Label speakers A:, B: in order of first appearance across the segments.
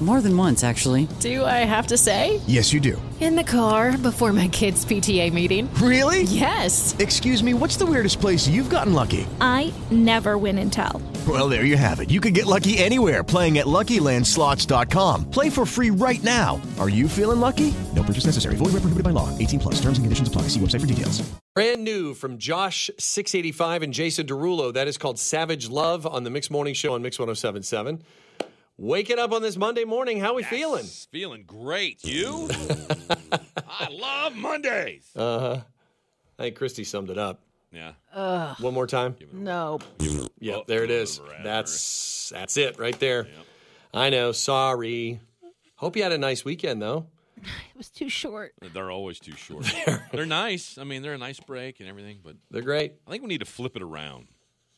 A: More than once, actually.
B: Do I have to say?
C: Yes, you do.
D: In the car before my kids' PTA meeting.
C: Really?
D: Yes.
C: Excuse me, what's the weirdest place you've gotten lucky?
E: I never win and tell.
C: Well, there you have it. You can get lucky anywhere playing at LuckyLandSlots.com. Play for free right now. Are you feeling lucky? No purchase necessary. Void where prohibited by law. 18 plus. Terms and conditions apply. See website for details.
F: Brand new from Josh 685 and Jason Derulo. That is called Savage Love on the Mix Morning Show on Mix 1077. Waking up on this Monday morning, how we feeling?
G: Feeling great. You? I love Mondays.
F: I think Christy summed it up.
G: yeah.
F: One more time.
B: No.
F: Yeah, there it is. That's that's it right there. I know. Sorry. Hope you had a nice weekend though.
E: It was too short.
G: They're always too short. they're nice. I mean, they're a nice break and everything, but
F: They're great.
G: I think we need to flip it around.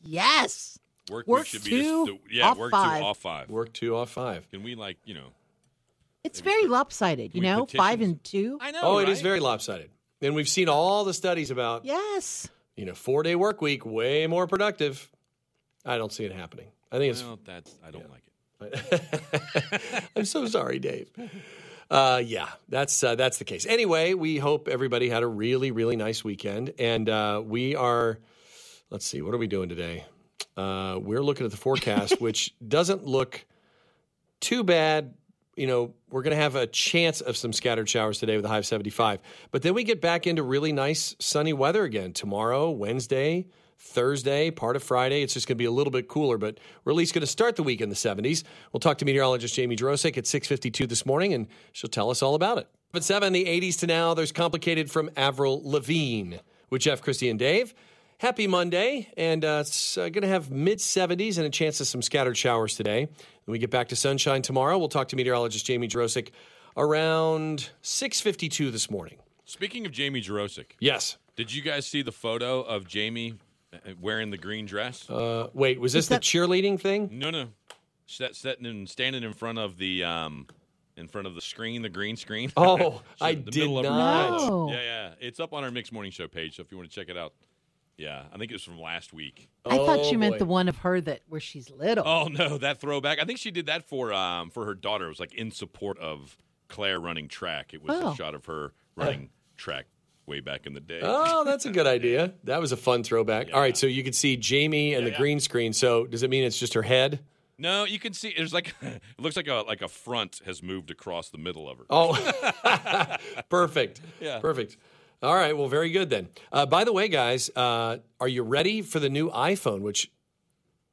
B: Yes.
G: Work, week
B: Work
G: should
B: two,
G: be just, yeah,
B: off
G: work
B: five.
G: two off five.
F: Work two off five.
G: Can we like, you know,
B: It's very lopsided, you
G: we
B: know?
G: petition-
B: Five and two.
G: I know.
F: oh, it is very lopsided. And we've seen all the studies about
B: Yes.
F: you know four day work week way more productive. I don't see it happening. I think it's
G: Well, that's I don't like it.
F: I'm so sorry, Dave. Uh, yeah, that's uh, that's the case. Anyway, we hope everybody had a really really nice weekend, and uh, we are. Let's see, what are we doing today? Uh, we're looking at the forecast, which doesn't look too bad. You know, we're going to have a chance of some scattered showers today with a high of 75. But then we get back into really nice sunny weather again tomorrow, Wednesday, Thursday, part of Friday. It's just going to be a little bit cooler, but we're at least going to start the week in the 70s. We'll talk to meteorologist Jamie Drosek at 6:52 this morning, and she'll tell us all about it. But seven, the 80s to now. There's complicated from Avril Lavigne with Jeff, Christie, and Dave. Happy Monday, and uh, it's uh, going to have mid 70s and a chance of some scattered showers today. When we get back to sunshine tomorrow, we'll talk to meteorologist Jamie Drosik around 6:52 this morning.
G: Speaking of Jamie Jurosic,
F: Yes.
G: did you guys see the photo of Jamie uh, wearing the green dress?
F: Uh, wait, was this
B: that-
F: the cheerleading thing?
G: No, no. Set, setting and standing in front of the um, in front of the screen, the green screen.
F: Oh,
G: So
F: I
G: the
F: did
G: middle of her-
F: not.
B: No.
G: Yeah, yeah. It's up on our Mixed Morning Show page, so if you want to check it out. Yeah, I think it was from last week.
B: I thought
F: Oh,
B: you meant
F: boy. uh,
B: the one of her that where she's little.
G: Oh no, that throwback. I think she did that for um for her daughter. It was like in support of Claire running track. It was
B: Oh.
G: a shot of her running track way back in the day.
F: Oh, that's a good idea. That was a fun throwback. All right, so you can see Jamie and the green screen. So does it mean it's just her head?
G: No, you can see there's like it looks like a like a front has moved across the middle of her.
F: Oh, perfect. Yeah. Perfect. All right. Well, very good then. Uh, by the way, guys, uh, are you ready for the new iPhone, which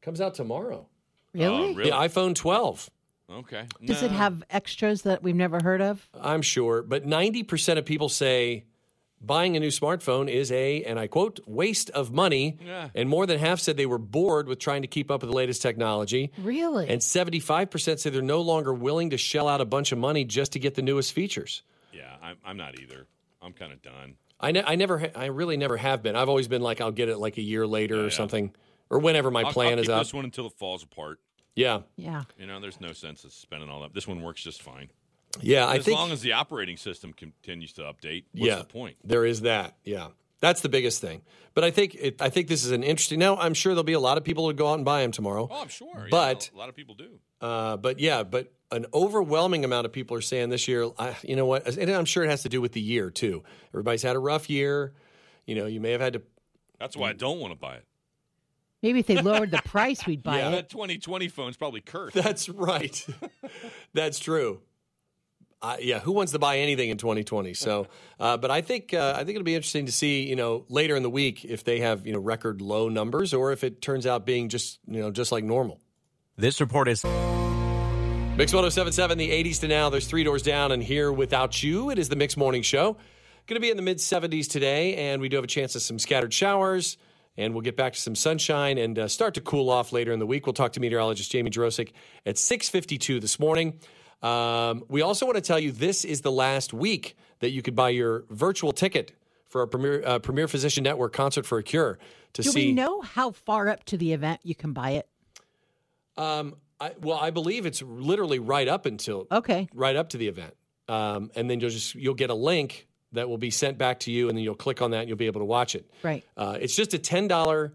F: comes out tomorrow?
B: really?
G: Um, really?
F: The iPhone 12,
G: Okay.
B: Does it
G: No.
B: have extras that we've never heard of?
F: I'm sure. But 90% of people say buying a new smartphone is a, and I quote, waste of money.
G: Yeah.
F: And more than half said they were bored with trying to keep up with the latest technology.
B: Really?
F: And 75% say they're no longer willing to shell out a bunch of money just to get the newest features.
G: Yeah, I'm I'm not either. I'm kind of done.
F: I, ne- I never, ha- I really never have been. I've always been like, I'll get it like a year later or something, or whenever my
G: I'll-
F: plan
G: I'll
F: is
G: keep
F: up.
G: This one until it falls apart.
F: Yeah,
B: yeah.
G: You know, there's no sense of spending all that. This one works just fine.
F: yeah. I
G: as
F: think
G: long as the operating system continues to update, what's
F: yeah,
G: the point?
F: there is that. Yeah, that's the biggest thing. But I think it, I think this is an interesting. Now I'm sure there'll be a lot of people who go out and buy them tomorrow.
G: Oh, I'm sure. yeah,
F: But-
G: a lot of people do.
F: Uh, but yeah, but an overwhelming amount of people are saying this year, I, you know what? And I'm sure it has to do with the year too. Everybody's had a rough year. You know, you may have had to.
G: That's why I don't want to buy it.
B: Maybe if they lowered the price, we'd buy it.
G: That 2020 phone's probably cursed.
F: That's right. that's true. Uh, yeah, who wants to buy anything in 2020? So, uh, but I think uh, I think it'll be interesting to see, you know, later in the week if they have you know record low numbers or if it turns out being just you know just like normal.
H: This report is
F: Mix 1077, the 80s to now. There's three doors down, and here without you, it is the Mix Morning Show. Going to be in the mid 70s today, and we do have a chance of some scattered showers, and we'll get back to some sunshine and uh, start to cool off later in the week. We'll talk to meteorologist Jamie Drosik at 6:52 this morning. Um, we also want to tell you this is the last week that you could buy your virtual ticket for our Premier uh, Premier Physician Network concert for a cure to
B: Do
F: see.
B: we know how far up to the event you can buy it?
F: Um, I, well, I believe it's literally right up until
B: Okay.
F: right up to the event, um, and then you'll just you'll get a link that will be sent back to you, and then you'll click on that and you'll be able to watch it.
B: Right.
F: Uh, it's just a ten dollar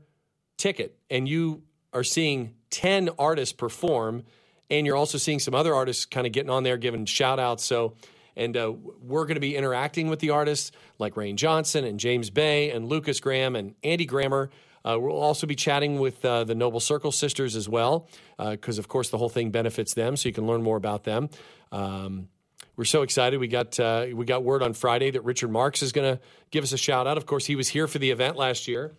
F: ticket, and you are seeing ten artists perform, and you're also seeing some other artists kind of getting on there, giving shout outs. So, and uh, we're going to be interacting with the artists like Rain Johnson and James Bay and Lucas Graham and Andy Grammer. Uh, we'll also be chatting with uh, the Noble Circle sisters as well, because of course the whole thing benefits them. So you can learn more about them. Um, we're so excited. We got uh, we got word on Friday that Richard Marks is going to give us a shout out. Of course, he was here for the event last year,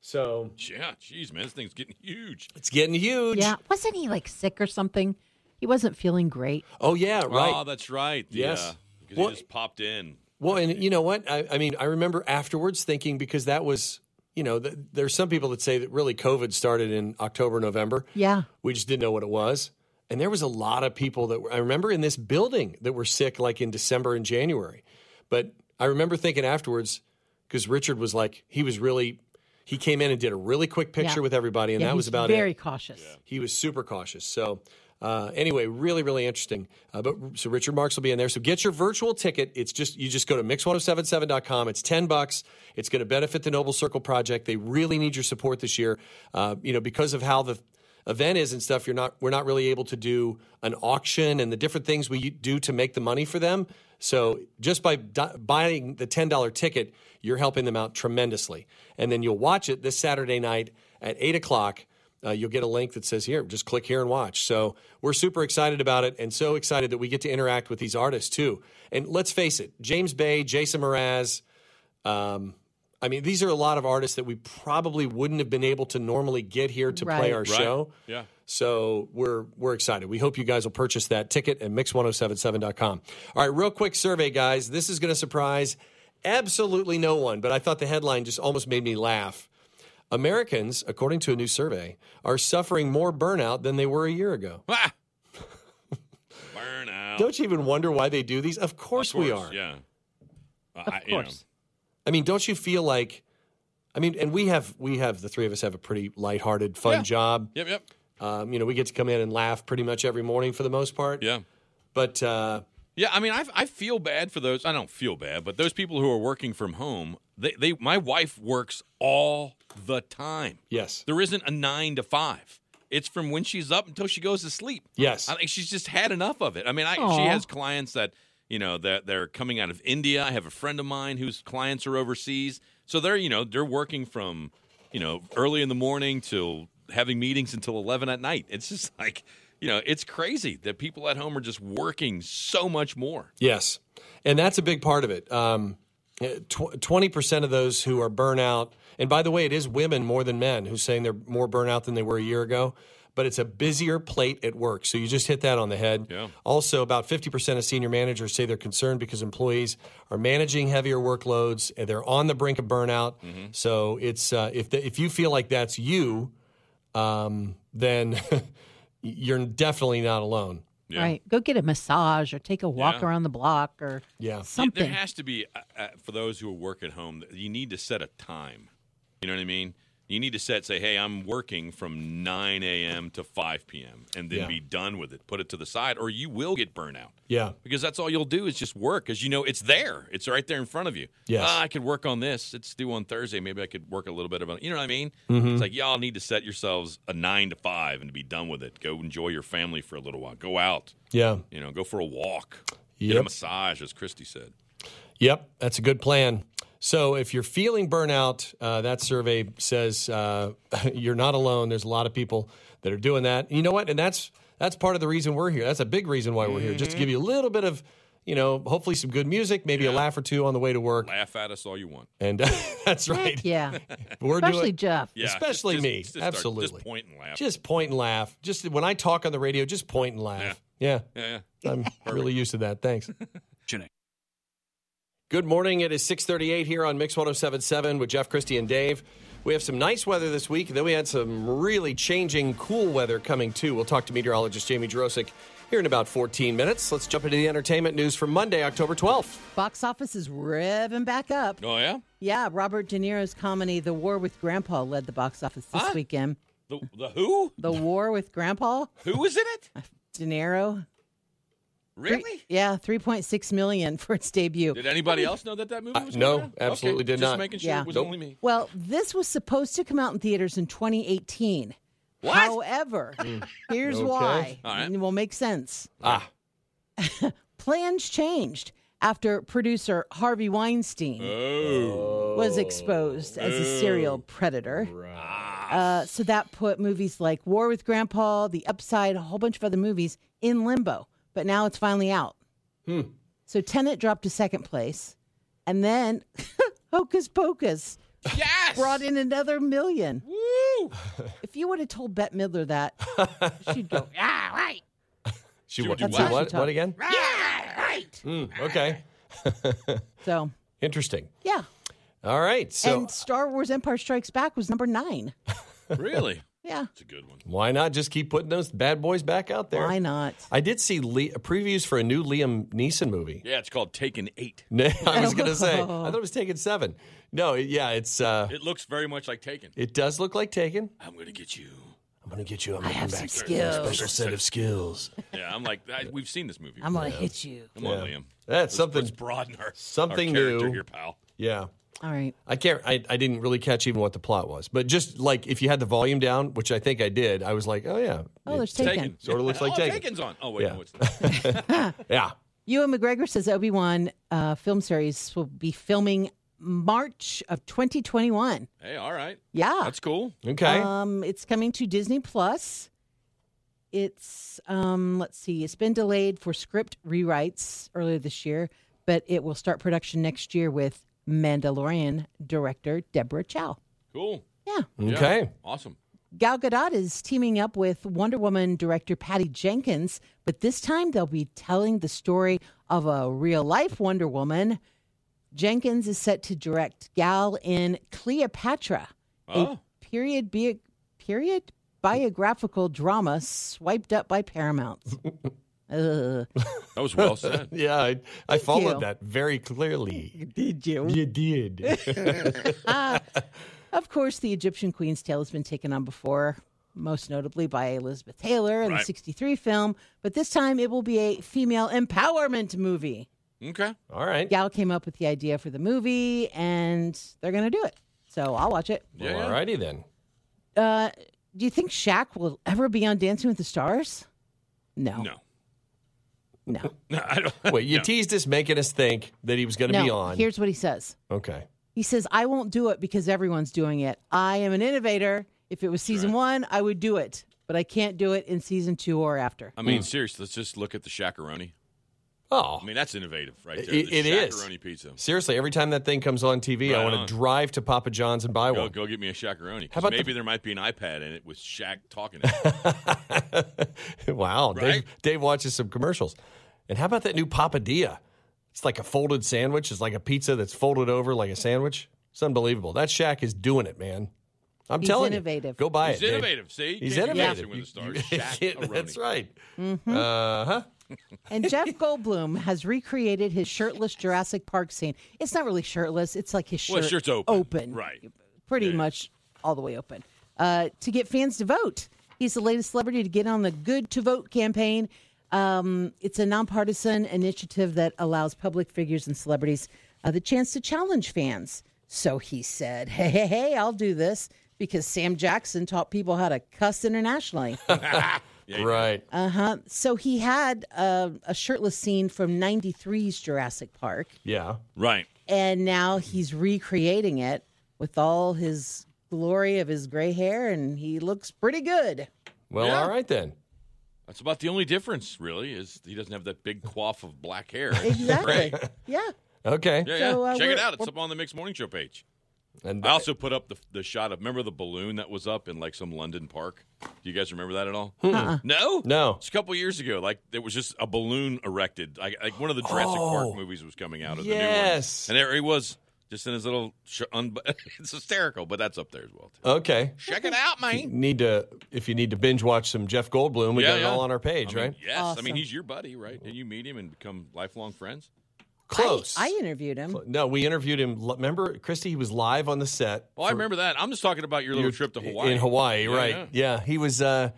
F: so
G: Yeah, jeez, man, this thing's getting huge.
F: it's getting huge.
B: Yeah. Wasn't he like sick or something? He wasn't feeling great.
F: Oh yeah, right.
G: Oh, that's right. The,
F: Yes.
G: uh, because
F: Well-
G: he just popped in.
F: well, and you know what? I, I mean, I remember afterwards thinking because that was you know th- there's some people that say that really COVID started in October November.
B: Yeah.
F: We just didn't know what it was. And there was a lot of people that were, I remember in this building that were sick like in December and January. But I remember thinking afterwards, because Richard was like, he was really, he came in and did a really quick picture
B: Yeah.
F: with everybody. And
B: yeah,
F: that was
B: he's
F: about
B: very
F: it.
B: cautious.
F: He was super cautious. So, uh, anyway, really, really interesting. Uh, but so Richard Marks will be in there. So get your virtual ticket. It's just, you just go to mix1077.com. It's 10 bucks. It's going to benefit the Noble Circle Project. They really need your support this year. Uh, you know, because of how the, event is and stuff you're not we're not really able to do an auction and the different things we do to make the money for them so just by di- buying the $10 ticket you're helping them out tremendously and then you'll watch it this saturday night at 8 o'clock uh, you'll get a link that says here just click here and watch so we're super excited about it and so excited that we get to interact with these artists too and let's face it james bay jason mraz um, I mean, these are a lot of artists that we probably wouldn't have been able to normally get here to play
B: Right.
F: our
G: Right.
F: show.
G: Yeah.
F: So we're we're excited. We hope you guys will purchase that ticket at mix1077.com. All right, real quick survey, guys. This is going to surprise absolutely no one, but I thought the headline just almost made me laugh. Americans, according to a new survey, are suffering more burnout than they were a year ago.
G: Ah! Burnout.
F: Don't you even wonder why they do these? Of course,
G: Of course,
F: we are.
G: Yeah. Uh,
B: Of
G: I- you know,
B: course.
F: I mean, don't you feel like I mean, and we have we have the three of us have a pretty lighthearted, fun
G: Yeah.
F: job.
G: Yep, yep.
F: Um, you know, we get to come in and laugh pretty much every morning for the most part.
G: Yeah.
F: But uh,
G: Yeah, I mean, I, I feel bad for those. I don't feel bad, but those people who are working from home, they, they my wife works all the time.
F: yes,
G: There isn't a nine to five. It's from when she's up until she goes to sleep.
F: Yes.
G: I think she's just had enough of it. I mean, I, she
B: Aw.
G: has clients that you know that they're coming out of India. I have a friend of mine whose clients are overseas, so they're you know they're working from you know early in the morning till having meetings until eleven at night. It's just like you know it's crazy that people at home are just working so much more.
F: yes, and that's a big part of it. Um, Twenty percent of those who are burnout, and by the way, it is women more than men who's saying they're more burnout than they were a year ago. But it's a busier plate at work, so you just hit that on the head.
G: Yeah.
F: Also, about fifty percent of senior managers say they're concerned because employees are managing heavier workloads and they're on the brink of burnout. So it's uh, if the, if you feel like that's you, um, then you're definitely not alone.
G: Yeah.
B: Right. Go get a massage or take a walk
G: Yeah.
B: around the block or
F: Yeah.
B: something.
G: There has to be uh, uh, for those who work at home. You need to set a time. You know what I mean? You need to set say, hey, I'm working from 9 a.m. to 5 p.m. and then
F: Yeah.
G: be done with it. Put it to the side, or you will get burnout.
F: Yeah.
G: Because that's all you'll do is just work, because you know it's there. It's right there in front of you.
F: Yes.
G: Ah, I could work on this. It's due on Thursday. Maybe I could work a little bit of it. You know what I mean?
F: Mm-hmm.
G: It's like y'all need to set yourselves a nine to five and be done with it. Go enjoy your family for a little while. Go out.
F: Yeah.
G: You know, go for a walk. Get a
F: Yep.
G: massage, as Christy said.
F: Yep, that's a good plan. So if you're feeling burnout, uh, that survey says uh, you're not alone. There's a lot of people that are doing that. You know what? And that's that's part of the reason we're here. That's a big reason why we're here, just to give you a little bit of, you know, hopefully some good music, maybe a laugh or two on the way to work.
G: Laugh at us all you want.
F: And that's right.
B: yeah.
F: We're
B: Especially
F: doing
B: Jeff.
G: Yeah, just-
F: Especially
G: just-
F: me.
G: just start- just
F: Absolutely.
G: point and laugh.
F: just point and laugh. Just when I talk on the radio, just point and laugh. Yeah,
G: yeah,
F: I'm really used to that. Thanks.
H: Janae.
F: Good morning. It is 638 here on Mix 1077 with Jeff, Christie, and Dave. We have some nice weather this week, and then we had some really changing cool weather coming too. We'll talk to meteorologist Jamie Jurosic here in about 14 minutes. Let's jump into the entertainment news for Monday, October 12th.
B: Box office is revving back up.
G: yeah. Oh yeah.
B: Yeah, Robert De Niro's comedy The War with Grandpa led the box office this
G: Huh?
B: weekend.
G: The the who
B: The War with Grandpa?
G: who was in it?
B: De Niro?
G: Really?
B: Yeah, 3.6 million for its debut.
G: Did anybody else know that that movie
F: Uh,
G: was
F: no,
G: coming out?
F: absolutely
G: Okay,
F: did
G: just
F: not.
G: making sure
B: Yeah.
G: it was
F: Nope.
G: only me.
B: Well, this was supposed to come out in theaters in 2018.
G: What? Hmm.
B: However, here's
F: Okay.
B: why.
G: All right.
B: And It will make sense.
F: Ah,
B: Plans changed after producer Harvey Weinstein
G: Oh.
B: was exposed as a serial predator. Uh, so that put movies like War with Grandpa, The Upside, a whole bunch of other movies in limbo. But now it's finally out.
G: Hmm.
B: So Tenet dropped to second place. And then Hocus Pocus
G: Yes.
B: brought in another million.
G: Woo!
B: If you would have told Bette Midler that, she'd go, "Ah." yeah, right.
F: she,
G: She
F: wa-
G: would do
F: she
G: what?
F: what? What again?
B: Yeah, right.
F: Mm, okay,
B: So,
F: interesting.
B: yeah.
F: All right, so
B: and Star Wars Empire Strikes Back was number nine.
G: Really?
B: Yeah.
G: It's a good one.
F: why not just keep putting those bad boys back out there?
B: Why not?
F: I did see Le- previews for a new Liam Neeson movie.
G: Yeah, it's called Taken Eight.
F: I was going to say, I thought it was Taken Seven. No, it- yeah, it's uh,
G: It looks very much like Taken.
F: it does look like Taken.
G: I'm gonna get you.
F: I'm going to get you. I'm going to come
B: have
F: back. with
B: some
F: a
B: skills.
F: Special set of skills.
G: Yeah, I'm like I, we've seen this movie.
B: I'm going to
G: before.
B: hit you.
G: Come on,
F: Yeah.
G: Liam.
F: That's something-
G: Let's broaden our
F: something
G: our character
F: new.
G: here, pal.
F: Yeah.
B: All right.
F: I can't. I, I didn't really catch even what the plot was, but just like if you had the volume down, which I think I did, I was like, oh yeah,
B: Oh, there's
G: Taken.
B: Taken.
F: Sorta looks like
G: oh,
F: Taken.
G: Taken's on. Oh wait,
F: Yeah.
G: no, it's not.
F: yeah.
B: Ewan McGregor says Obi Wan uh, film series will be filming March of 2021.
G: hey, all right.
B: Yeah.
G: That's cool.
F: Okay.
B: Um, it's coming to Disney Plus. It's um, let's see, it's been delayed for script rewrites earlier this year, but it will start production next year with Mandalorian director Deborah Chow.
G: Cool.
B: Yeah,
G: Yeah.
F: okay.
G: Awesome.
B: Gal Gadot is teaming up with Wonder Woman director Patty Jenkins, but this time they'll be telling the story of a real life Wonder Woman. Jenkins is set to direct Gal in Cleopatra,
G: Oh.
B: a period bi- period biographical drama swiped up by Paramount. Ugh.
G: That was well said.
F: Yeah, I, I followed
B: you.
F: that very clearly.
B: Did you?
F: You did.
B: Of course, the Egyptian Queen's Tale has been taken on before, most notably by Elizabeth Taylor in the
G: Right.
B: 63 film, but this time it will be a female empowerment movie.
G: Okay.
F: All right.
B: Gal came up with the idea for the movie, and they're going to do it. So I'll watch it.
G: Yeah.
F: All righty then.
B: Uh, do you think Shaq will ever be on Dancing with the Stars? No.
G: No.
B: No.
G: No, I don't.
F: Wait, you
G: no.
F: teased us, making us think that he was going to
B: no.
F: be on.
B: Here's what he says.
F: okay.
B: He says, I won't do it because everyone's doing it. I am an innovator. If it was season one, I would do it, but I can't do it in season two or after.
G: I
F: Hmm.
G: mean, seriously, let's just look at the shakaroni.
F: Oh,
G: I mean, that's innovative, right there.
F: It-
G: the
F: it is.
G: shakaroni pizza.
F: seriously, every time that thing comes on TV, I
G: Right
F: want
G: on.
F: to drive to Papa John's and buy
G: Go,
F: one.
G: go get me a shakaroni. 'cause
F: How about the-
G: maybe there might be an iPad in it with Shaq talking. It.
F: wow. Dave,
G: Right?
F: Dave watches some commercials. And how about that new Papadilla? It's like a folded sandwich. It's like a pizza that's folded over like a sandwich. It's unbelievable. That Shaq is doing it, man. I'm
B: He's
F: telling you.
B: innovative.
F: Go buy
G: He's
F: it. Dave.
G: innovative. See,
F: He's
G: Can't be
F: innovative.
G: Dancing with the stars.
F: You-
G: Shaq-a-roni.
F: that's right. Uh huh.
B: And Jeff Goldblum has recreated his shirtless Jurassic Park scene. It's not really shirtless, it's like his shirt
G: Well, his shirt's open.
B: open.
G: Right.
B: Pretty much all the way open. Uh, to get fans to vote. He's the latest celebrity to get on the Good to Vote campaign. Um, it's a nonpartisan initiative that allows public figures and celebrities uh, the chance to challenge fans. So he said, hey, hey, hey, I'll do this because Sam Jackson taught people how to cuss internationally.
F: Right.
B: So he had uh, a shirtless scene from 93's Jurassic Park,
F: yeah.
G: Right.
B: and now he's recreating it with all his glory of his gray hair, and he looks pretty good.
F: Well,
G: Yeah.
F: all right then.
G: That's about the only difference, really, is he doesn't have that big quaff of black hair.
B: Exactly.
G: Great.
B: Yeah.
F: Okay.
G: Yeah,
B: So,
G: yeah.
B: uh,
G: Check
B: we're-
G: it out. It's up on the Mixed Morning Show page.
F: And
G: I also put up the, the shot of remember the balloon that was up in like some London park. Do you guys remember that at all?
B: Uh-uh.
G: No,
F: Hmm. No.
G: It's a couple years ago. Like there was just a balloon erected. Like, like one of the Jurassic
F: Oh.
G: Park movies was coming out of
F: Yes.
G: the new one, and there he was, just in his little. Sh- un- it's hysterical, but that's up there as well. Too.
F: okay.
G: Check it out, man.
F: Need to if you need to binge watch some Jeff Goldblum, we
G: Yeah,
F: got it
G: yeah.
F: all on our page,
G: I mean,
F: right?
G: Yes, I mean
B: Awesome.
G: he's your buddy, right? And you meet him and become lifelong friends.
F: Close.
B: I, I interviewed him.
F: no, we interviewed him. li- Remember, Christy? He was live on the set.
G: Well, I remember that. I'm just talking about your little trip to Hawaii.
F: In Hawaii,
G: Yeah,
F: right? Yeah. He was. uh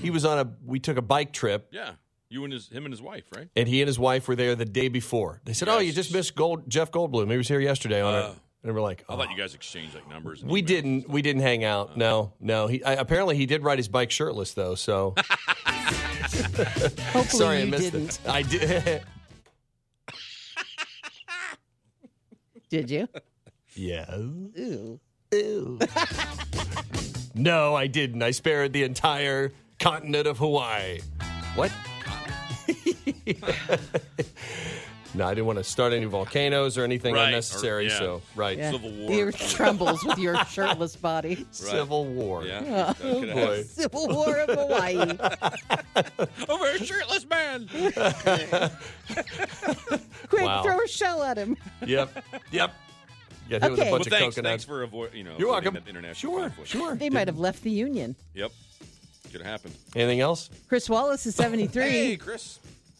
F: He was on a. We took a bike trip,
G: Yeah. You and his him and his wife, right?
F: and he and his wife were there the day before. They said, "Oh, you just missed Gold Jeff Goldblum. He was here yesterday on it." And we're like,
G: I
F: "Oh."
G: thought you Oh. guys exchanged like numbers. and
F: We
G: emails.
F: didn't. We didn't hang out. no, no. He I, apparently he did ride his bike shirtless though. So
B: Hopefully
F: sorry, I
B: you
F: missed
B: didn't.
F: it. I did.
B: Did you?
F: yeah.
B: Ooh.
F: No, I didn't. I spared the entire continent of Hawaii. What? no, I didn't want to start any volcanoes or anything
G: Right, or-
F: unnecessary.
G: yeah.
F: So right,
B: Yeah.
G: Civil War.
B: Your trembles with your shirtless body.
F: civil war.
G: Yeah. That could
F: Oh,
G: have
F: Boy.
G: happened.
B: Civil War of Hawaii.
G: Over a shirtless man.
B: Quick,
F: Wow.
B: throw a shell at him.
F: Yep. Yep. Get hit with a
B: Okay.
G: Well,
F: bunch
G: thanks,
F: of coconuts.
G: thanks for avoid. You know,
F: You're welcome.
G: avoiding that International
F: Sure,
G: conflict.
F: sure.
B: They might have left the Union.
G: Yep. Could have happened.
F: Anything else?
B: Chris Wallace is 73.
G: Hey, Chris.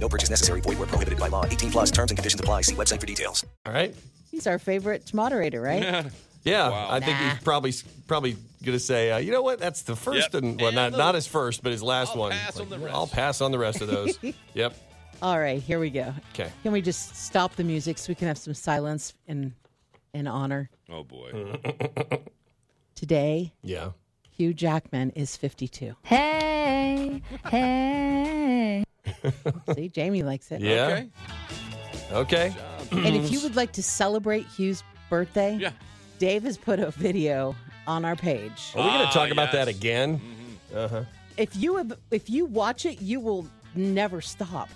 H: No purchase necessary. Void where prohibited by law. 18 plus terms and conditions apply. See website for details.
F: All right.
B: He's our favorite moderator, right?
F: Yeah,
G: Wow.
F: I think he's probably probably going to say, uh, you know what? That's the first,
G: Yep.
F: and well,
G: And
F: not
G: the-
F: not his first, but his last
G: I'll
F: one.
G: pass on the rest.
F: I'll pass on the rest of those. yep.
B: All right, here we go.
F: Okay.
B: Can we just stop the music so we can have some silence in in honor?
G: Oh boy.
B: Today,
F: Yeah.
B: Hugh Jackman is 52.
E: Hey, hey.
B: See, Jamie likes it.
F: Yeah.
G: Okay.
F: Okay.
B: And if you would like to celebrate Hugh's birthday,
G: Yeah.
B: Dave has put a video on our page.
F: Are we going to
G: Ah,
F: talk about that
G: yes.
F: again?
B: If you have, if you watch it, you will never stop.
F: Mm,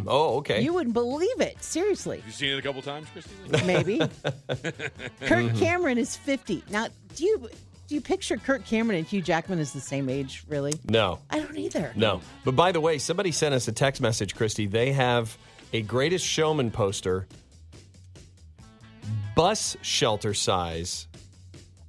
G: Mm-hmm.
F: Oh, okay.
B: You wouldn't believe it. Seriously.
G: You seen it a couple times, Christy?
B: maybe. Kirk
F: Mm-hmm.
B: Cameron is 50. Now, do you do you picture Kirk Cameron and Hugh Jackman as the same age, really?
F: no.
B: I don't either.
F: No. But by the way, somebody sent us a text message, Christy. They have a greatest showman poster, bus shelter size,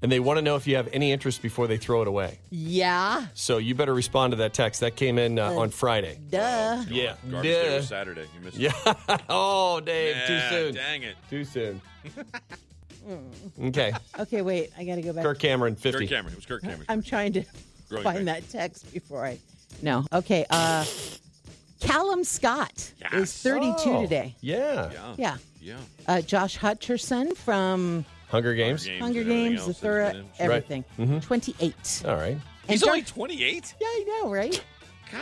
F: and they want to know if you have any interest before they throw it away.
B: Yeah.
F: So you better respond to that text. That came in uh, on Friday.
B: Duh.
F: Yeah.
G: Garbage Day
F: Yeah.
G: was Saturday. You missed
F: Yeah.
G: it.
F: oh, Dave, too
G: Yeah,
F: soon.
G: Dang it.
F: Too soon. okay.
B: Okay, wait. I got to go back.
F: Kirk Cameron, 50.
G: Kirk Cameron. It was Kirk Cameron.
B: I'm trying to
G: Growing
B: find
G: pain.
B: that text before I. No. Okay. Uh Callum Scott is 32
F: Oh,
B: today.
F: Yeah.
G: Yeah.
B: Yeah.
G: Yeah.
B: Uh, Josh Hutcherson from
F: Hunger Games.
G: Games
B: Hunger
G: and everything else
B: Games, The
G: that's
B: Thura,
G: been in.
B: everything.
F: Mm-hmm.
B: 28.
F: All right.
G: He's
B: And
G: only
B: Dar-
G: 28.
B: yeah, I know, right?
G: Gosh,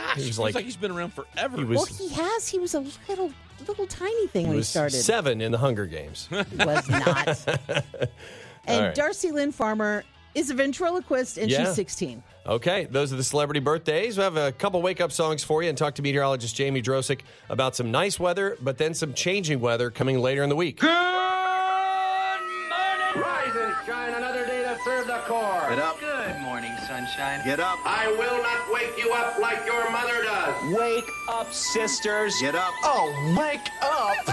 F: He was
G: feels
F: like-
G: like, he's been around forever.
F: He
B: Well,
F: was,
B: he has. He was a little, little tiny
F: he
B: thing when he
F: was
B: started.
F: seven in the Hunger Games.
B: Was not. and
F: right.
B: Darcy Lynn Farmer is a ventriloquist, and
F: Yeah.
B: she's 16.
F: okay. Those are the celebrity birthdays. We have a couple wake up songs for you and talk to meteorologist Jamie Drosick about some nice weather, but then some changing weather coming later in the week.
I: Rise and shine, another day to serve the Corps. Get up. Good morning, sunshine. Get up. I will not wake you up like your mother does. Wake up, sisters. Get up. Oh, wake up.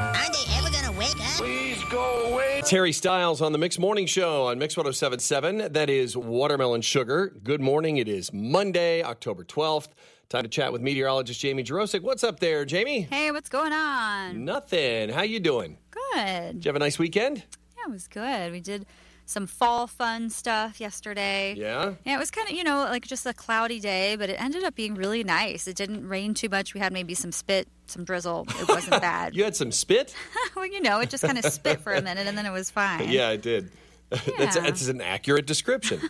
J: Are they ever gonna wake up?
I: Please go away.
F: Terry Styles on the Mix Morning Show on Mix 1077. That is Watermelon Sugar. Good morning. It is Monday, October 12th. Time to chat with meteorologist Jamie Jarosik. What's up there, Jamie?
J: Hey, what's going on?
F: Nothing. How you doing?
J: Good.
F: Did you have a nice weekend?
J: Yeah, it was good. We did some fall fun stuff yesterday.
F: Yeah.
J: Yeah, it was kind of, you know, like just a cloudy day, but it ended up being really nice. It didn't rain too much. We had maybe some spit, some drizzle. It wasn't bad.
F: You had some spit?
J: well, you know, it just kind of spit for a minute and then it was fine.
F: Yeah, I did. that's,
J: Yeah.
F: that's an accurate description.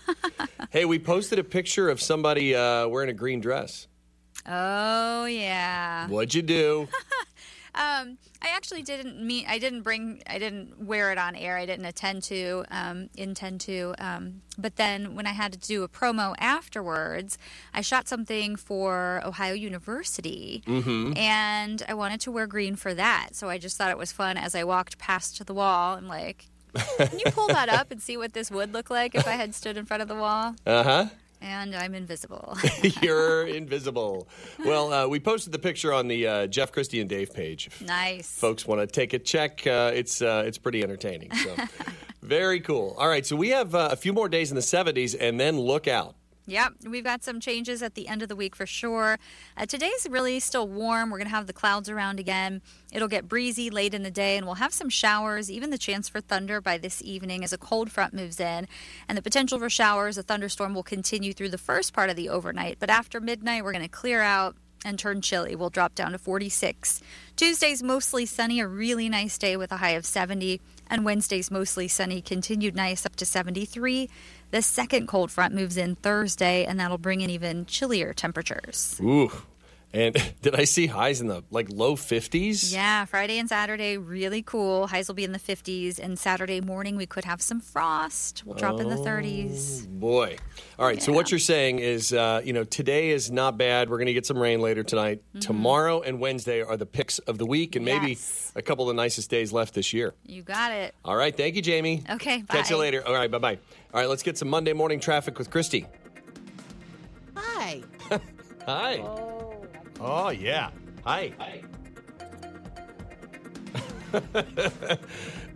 F: hey, we posted a picture of somebody uh, wearing a green dress.
J: Oh, yeah.
F: What'd you do?
J: Um, I actually didn't meet. I didn't bring. I didn't wear it on air. I didn't attend to. Um, intend to. Um, but then when I had to do a promo afterwards, I shot something for Ohio University, and I wanted to wear green for that. So I just thought it was fun as I walked past the wall. I'm like, can you pull that up and see what this would look like if I had stood in front of the wall?
F: Uh huh.
J: and I'm invisible.
F: You're invisible. Well, uh, we posted the picture on the uh, Jeff Christie and Dave page. If
J: nice.
F: folks want to take a check, uh, it's uh, it's pretty entertaining. So very cool. All right, so we have uh, a few more days in the 70s, and then look out.
J: Yep, we've got some changes at the end of the week for sure. Uh, today's really still warm. We're going to have the clouds around again. It'll get breezy late in the day, and we'll have some showers, even the chance for thunder by this evening as a cold front moves in. And the potential for showers, a thunderstorm will continue through the first part of the overnight, but after midnight, we're going to clear out and turn chilly. We'll drop down to 46. Tuesday's mostly sunny, a really nice day with a high of 70. And Wednesday's mostly sunny, continued nice up to 73. The second cold front moves in Thursday, and that'll bring in even chillier temperatures.
F: Ooh. And did I see highs in the like low 50s?
J: Yeah, Friday and Saturday, really cool. Highs will be in the 50s, and Saturday morning, we could have some frost. We'll drop
G: Oh.
J: in the 30s.
F: Boy. All right. So what you're saying is, uh, you know, today is not bad. We're going to get some rain later tonight.
J: Mm-hmm.
F: Tomorrow and Wednesday are the picks of the week, and maybe a couple of the nicest days left this year.
J: You got it.
F: All right. Thank you, Jamie.
J: Okay,
F: Catch you
J: bye.
F: later. All right. Bye bye. All right. Let's get some Monday morning traffic with Christy.
B: Hi.
F: Hi. Oh, yeah. Hi. Hi.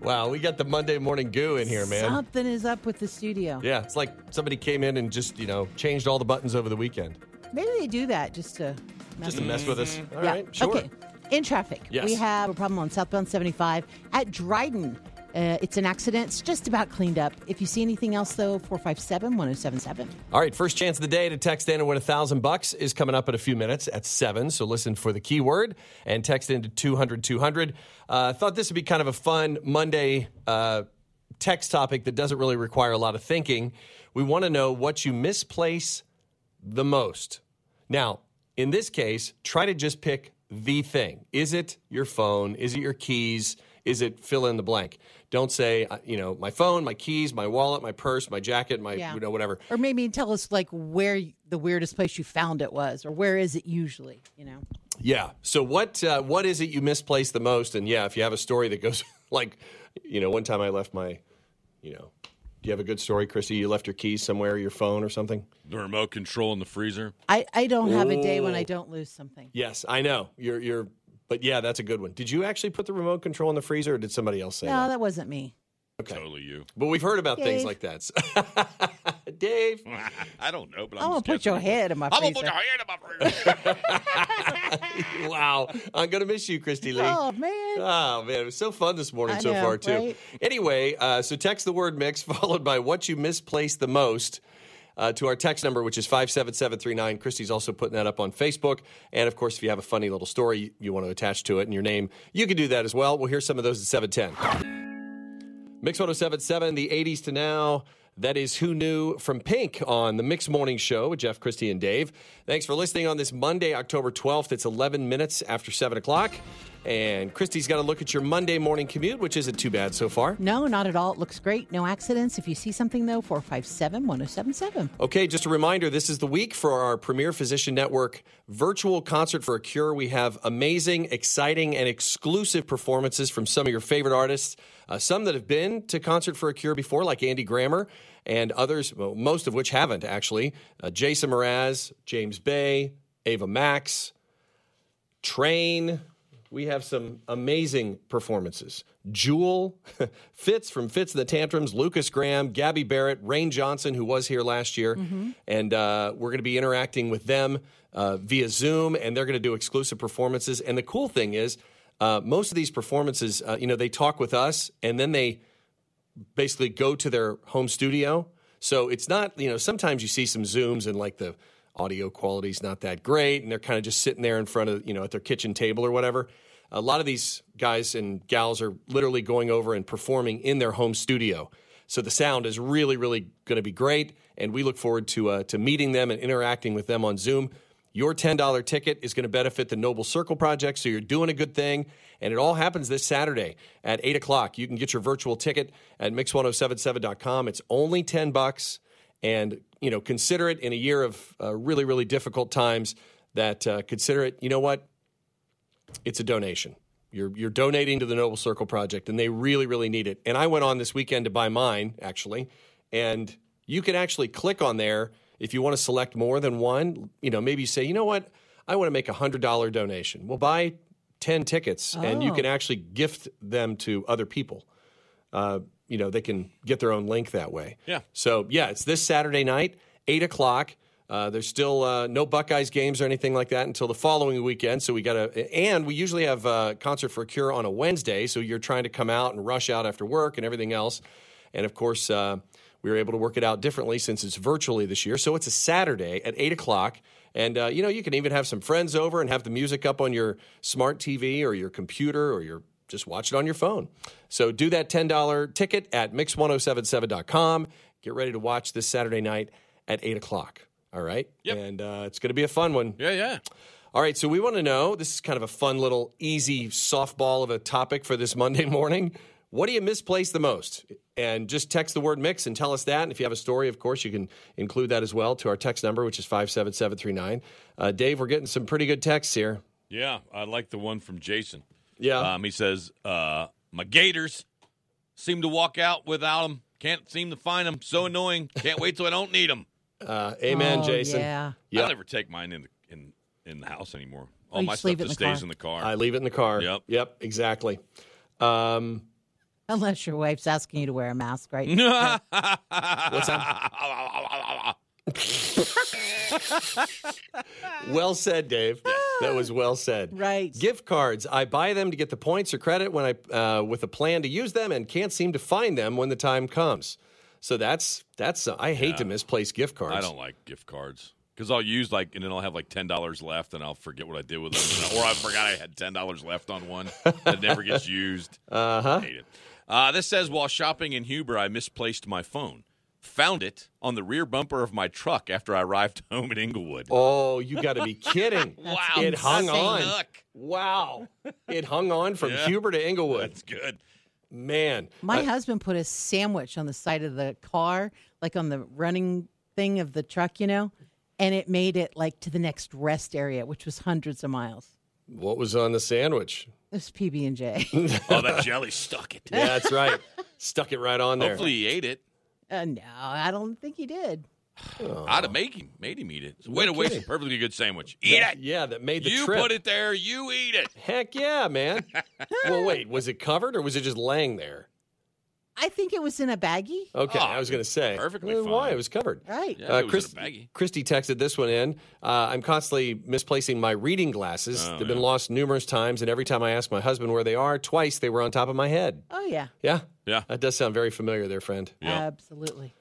F: wow, we got the Monday morning goo in here, man.
B: Something is up with the studio.
F: Yeah, it's like somebody came in and just, you know, changed all the buttons over the weekend.
B: Maybe they do that just to mess
F: Just to
B: with
F: mess
B: us.
F: with us. All right,
B: Mm-hmm. Yeah.
F: sure.
B: Okay. In traffic,
F: Yes.
B: we have a problem on southbound 75 at Dryden. Uh, it's an accident. It's just about cleaned up. If you see anything else, though, 457 1077.
F: All right, first chance of the day to text in and win a thousand bucks is coming up in a few minutes at seven. So listen for the keyword and text into 200 200. Uh, I thought this would be kind of a fun Monday uh, text topic that doesn't really require a lot of thinking. We want to know what you misplace the most. Now, in this case, try to just pick the thing. Is it your phone? Is it your keys? Is it fill in the blank? Don't say, uh, you know, my phone, my keys, my wallet, my purse, my jacket, my,
B: Yeah.
F: you know, whatever.
B: Or maybe tell us, like, where y- the weirdest place you found it was, or where is it usually, you know?
F: Yeah. So what uh, what is it you misplaced the most? And yeah, if you have a story that goes like, you know, one time I left my, you know, do you have a good story, Chrissy? You left your keys somewhere, your phone or something?
G: The remote control in the freezer.
B: I, I don't have a day when I
F: Ooh.
B: don't lose something.
F: Yes, I know. You're you're, but yeah, that's a good one. Did you actually put the remote control in the freezer, or did somebody else say
B: No, that wasn't me.
F: that? Okay.
G: Totally you,
F: But we've heard about things
B: Dave.
F: like that. So- Dave,
G: I don't know, but
B: I'm going to put your head in my
G: I'm
B: freezer.
G: gonna put your head in my freezer.
F: wow, I'm gonna miss you, Christy Lee.
B: Oh, man.
F: Oh man, it was so fun this morning
B: I
F: so
B: know,
F: far too.
B: right?
F: Anyway, uh, so text the word mix followed by what you misplaced the most uh, to our text number, which is five seven seven three nine. Christy's also putting that up on Facebook, and of course, if you have a funny little story you want to attach to it and your name, you can do that as well. We'll hear some of those at seven ten. Mix 1077, the 80s to now. That is Who Knew from Pink on the Mix Morning Show with Jeff, Christie, and Dave. Thanks for listening on this Monday, October 12th. It's 11 minutes after 7 o'clock. And Christie's got to look at your Monday morning commute, which isn't too bad so far.
B: No, not at all. It looks great. No accidents. If you see something, though, 457 1077.
F: Okay, just a reminder this is the week for our Premier Physician Network virtual concert for a cure. We have amazing, exciting, and exclusive performances from some of your favorite artists, uh, some that have been to Concert for a Cure before, like Andy Grammer, and others, well, most of which haven't actually. Uh, Jason Mraz, James Bay, Ava Max, Train. We have some amazing performances. Jewel, Fitz from Fitz and the Tantrums, Lucas Graham, Gabby Barrett, Rain Johnson, who was here last year. And uh, we're going to be interacting with them uh, via Zoom, and they're going to do exclusive performances. And the cool thing is, uh, most of these performances, uh, you know, they talk with us and then they basically go to their home studio. So it's not, you know, sometimes you see some zooms and like the audio quality's not that great and they're kind of just sitting there in front of, you know, at their kitchen table or whatever. A lot of these guys and gals are literally going over and performing in their home studio. So the sound is really really going to be great and we look forward to uh, to meeting them and interacting with them on Zoom. Your $10 ticket is going to benefit the Noble Circle Project, so you're doing a good thing. And it all happens this Saturday at 8 o'clock. You can get your virtual ticket at mix1077.com. It's only 10 bucks. And, you know, consider it in a year of uh, really, really difficult times that uh, consider it, you know what? It's a donation. You're, you're donating to the Noble Circle Project, and they really, really need it. And I went on this weekend to buy mine, actually. And you can actually click on there If you want to select more than one, you know, maybe you say, you know what, I want to make a hundred dollar donation. Well, buy ten tickets, and you
K: Oh.
F: can actually gift them to other people. Uh, you know, they can get their own link that way.
G: Yeah.
F: So yeah, it's this Saturday night, eight o'clock. Uh, there's still uh, no Buckeyes games or anything like that until the following weekend. So we got to, and we usually have uh, concert for a cure on a Wednesday. So you're trying to come out and rush out after work and everything else. And of course, uh, we were able to work it out differently since it's virtually this year. So it's a Saturday at eight o'clock. And uh, you know you can even have some friends over and have the music up on your smart TV or your computer or your just watch it on your phone. So do that $10 ticket at mix1077.com. Get ready to watch this Saturday night at 8 o'clock. All right? And uh, it's going to be a fun one.
G: Yeah, yeah.
F: All right, so we want to know this is kind of a fun little easy softball of a topic for this Monday morning. What do you misplace the most? And just text the word mix and tell us that. And if you have a story, of course, you can include that as well to our text number, which is 57739. Uh, Dave, we're getting some pretty good texts here.
G: Yeah, I like the one from Jason.
F: Yeah.
G: Um, he says, uh, My gators seem to walk out without them. Can't seem to find them. So annoying. Can't wait till I don't need them.
F: Uh, amen, Oh, Jason. yeah.
G: I
F: Yeah.
G: don't ever take mine in the, in, in the house anymore.
F: Oh,
G: All
F: you
G: my
F: just
G: stuff
F: leave it
G: just
F: in the
G: stays
F: car.
G: in the car.
F: I leave it in the car. Yep. Yep, exactly. Um,
B: Unless your wife's asking you to wear a mask, right?
F: What's
G: that?
F: well said, Dave. That was well said.
B: Ah. Right.
F: Gift cards. I buy them to get the points or credit when I uh, with a plan to use them and can't seem to find them when the time comes. So that's that's. I hate to misplace gift cards.
G: I don't like gift cards because I'll use like, and then I'll have like ten dollars left, and I'll forget what I did with them, or I forgot I had ten dollars left on one that never gets used.
F: Uh huh.
G: Hate it. Uh, this says while shopping in Huber, I misplaced my phone. Found it on the rear bumper of my truck after I arrived home in Inglewood.
F: Oh, you got to be kidding!
G: wow,
F: it hung
G: insane.
F: on. Wow, it hung on from
G: Yeah.
F: Huber to Inglewood. That's
G: good,
F: man.
B: My
F: Uh,
B: husband put a sandwich on the side of the car, like on the running thing of the truck, you know, and it made it like to the next rest area, which was hundreds of miles.
F: What was on the sandwich?
B: It was PB and J.
G: oh, that jelly stuck it.
F: Yeah, that's right. Stuck it right on there.
G: Hopefully, he ate it.
B: Uh, no, I don't think he did.
G: I'd have made him, made him eat it. It's a way
F: Uh-huh. No
G: to waste a
F: kidding.
G: perfectly good sandwich. Eat it.
F: Yeah, that made the
G: you
F: trip.
G: put it there. You eat it.
F: Heck yeah, man. well, wait, was it covered or was it just laying there?
B: I think it was in a baggie.
F: Okay, I was going to say perfectly Why it was covered? Uh,
B: Right.
G: Ah, Yeah, it was in a baggie.
F: Christy texted this one in. Uh, I'm constantly misplacing my reading glasses.
G: Oh,
F: They've been lost numerous times, and every time I ask my husband where they are, twice they were on top of my head.
B: Oh, yeah.
F: Yeah,
G: yeah.
F: That does sound very familiar, there, friend.
B: Absolutely.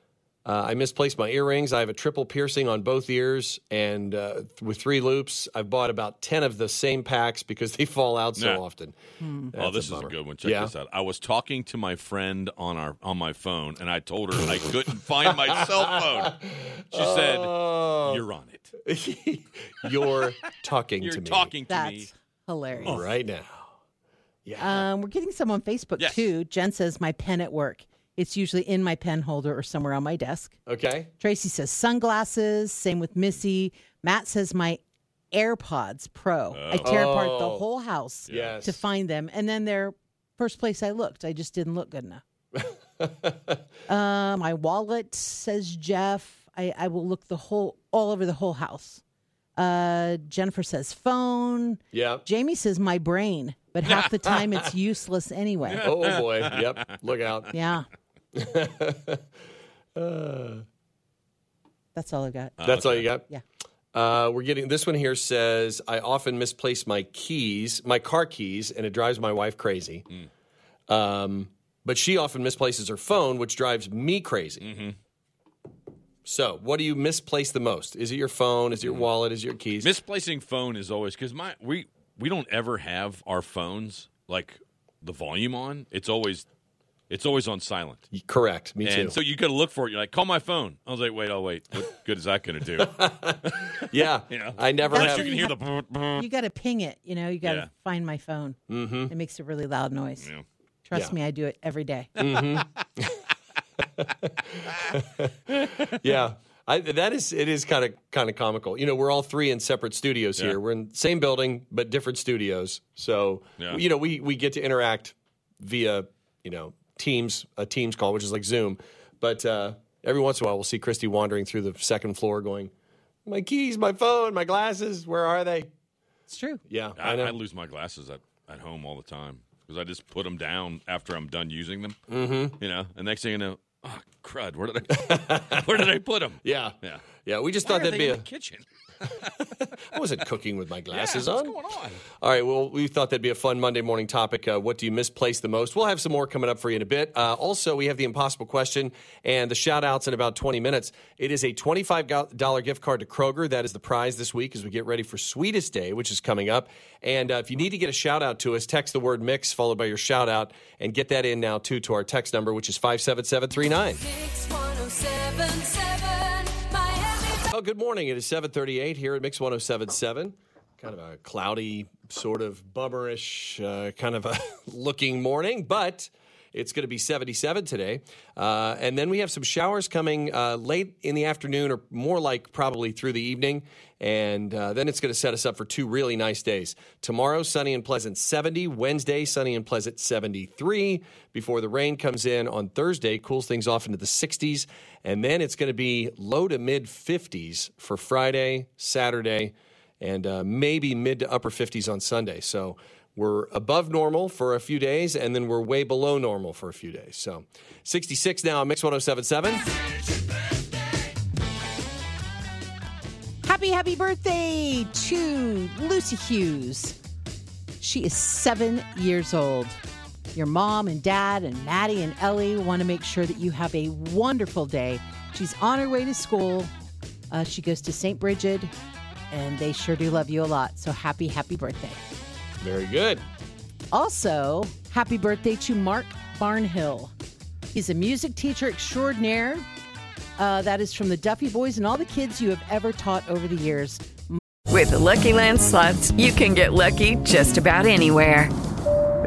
F: Uh, I misplaced my earrings. I have a triple piercing on both ears and uh, th- with three loops. I've bought about 10 of the same packs because they fall out so
G: Yeah.
F: often.
G: oh,
F: That's
G: this is a
F: bummer.
G: good one. Check
F: Yeah.
G: this out. I was talking to my friend on our on my phone, and I told her I couldn't find my cell phone. She said,
F: Oh.
G: "You're on it.
F: You're talking
G: You're
F: to me.
G: talking to
B: That's
G: me."
B: hilarious.
G: Oh.
F: Right now.
B: Um, we're getting some on Facebook too. Jen says, My pen at work. It's usually in my pen holder or somewhere on my desk.
F: Okay.
B: Tracy says sunglasses. Same with Missy. Matt says my AirPods Pro. I tear apart the
F: Oh.
B: whole house
F: Yes.
B: to find them, and then they're first place I looked. I just didn't look good enough. uh, my wallet says Jeff. I, I will look the whole all over the whole house. Uh, Jennifer says phone.
F: Yeah.
B: Jamie says my brain, but half the time it's useless anyway.
F: Oh boy. Yep. Look out.
B: Yeah,
F: Uh,
B: that's all I've got.
F: that's all you got.
B: Yeah.
F: Uh, we're getting this one here says I often misplace my keys, my car keys, and it drives my wife crazy.
G: Mm.
F: Um, but she often misplaces her phone, which drives me crazy.
G: Mm-hmm.
F: So, what do you misplace the most? Is it your phone? Is it your
G: Mm.
F: wallet? Is it your keys?
G: Misplacing phone is always because my we we don't ever have our phones like the volume on. It's always it's always on silent.
F: Correct. Me
G: and
F: too.
G: so you got to look for it. You're like, call my phone. I was like, wait, oh wait, what good is that going to do?
F: yeah.
G: You know,
F: I never
G: Unless
F: have.
G: you can hear the.
B: You got to ping it. You know, you got to
F: Yeah.
B: find my phone.
F: Mhm.
B: It makes a really loud noise. Trust
F: Yeah.
B: me, I do it every day.
F: yeah. I, that is it is kind of kind of comical. You know, we're all three in separate studios
G: Yeah.
F: here. We're in the same building but different studios. So,
G: Yeah.
F: you know, we we get to interact via, you know, Teams a Teams call, which is like Zoom. But uh Every once in a while, we'll see Christy wandering through the second floor going, My keys, my phone, my glasses, where are they?
B: It's true.
F: Yeah,
G: I,
F: I know.
G: I lose my glasses at, at home all the time because I just put them down after I'm done using them.
F: Mhm.
G: You know, and next thing you know, oh, crud, where did I where did I put them?
F: Yeah,
G: yeah,
F: yeah. We just
G: Why
F: thought
G: are
F: that'd
G: they
F: be
G: in
F: a
G: the kitchen.
F: I wasn't cooking with my glasses
G: Yeah,
F: on. What's going on? All right. Well, we thought that'd be a fun Monday morning topic. Uh, what do you misplace the most? We'll have some more coming up for you in a bit. Uh, also, we have the impossible question and the shout outs in about 20 minutes. It is a $25 gift card to Kroger. That is the prize this week as we get ready for Sweetest Day, which is coming up. And uh, if you need to get a shout out to us, text the word mix followed by your shout out and get that in now, too, to our text number, which is 57739. Well, good morning. It is 738 here at Mix 1077. Kind of a cloudy, sort of bummerish, uh, kind of a looking morning, but it's going to be 77 today. Uh, and then we have some showers coming uh, late in the afternoon, or more like probably through the evening. And uh, then it's going to set us up for two really nice days. Tomorrow, sunny and pleasant 70. Wednesday, sunny and pleasant 73. Before the rain comes in on Thursday, cools things off into the 60s. And then it's going to be low to mid 50s for Friday, Saturday, and uh, maybe mid to upper 50s on Sunday. So we're above normal for a few days, and then we're way below normal for a few days. So 66 now, Mix 1077.
B: Happy, happy birthday to Lucy Hughes. She is seven years old. Your mom and dad and Maddie and Ellie want to make sure that you have a wonderful day. She's on her way to school. Uh, she goes to St. Bridget, and they sure do love you a lot. So happy, happy birthday.
F: Very good.
B: Also, happy birthday to Mark Barnhill. He's a music teacher extraordinaire. Uh, that is from the Duffy Boys and all the kids you have ever taught over the years.
K: With the Lucky Land slots, you can get lucky just about anywhere.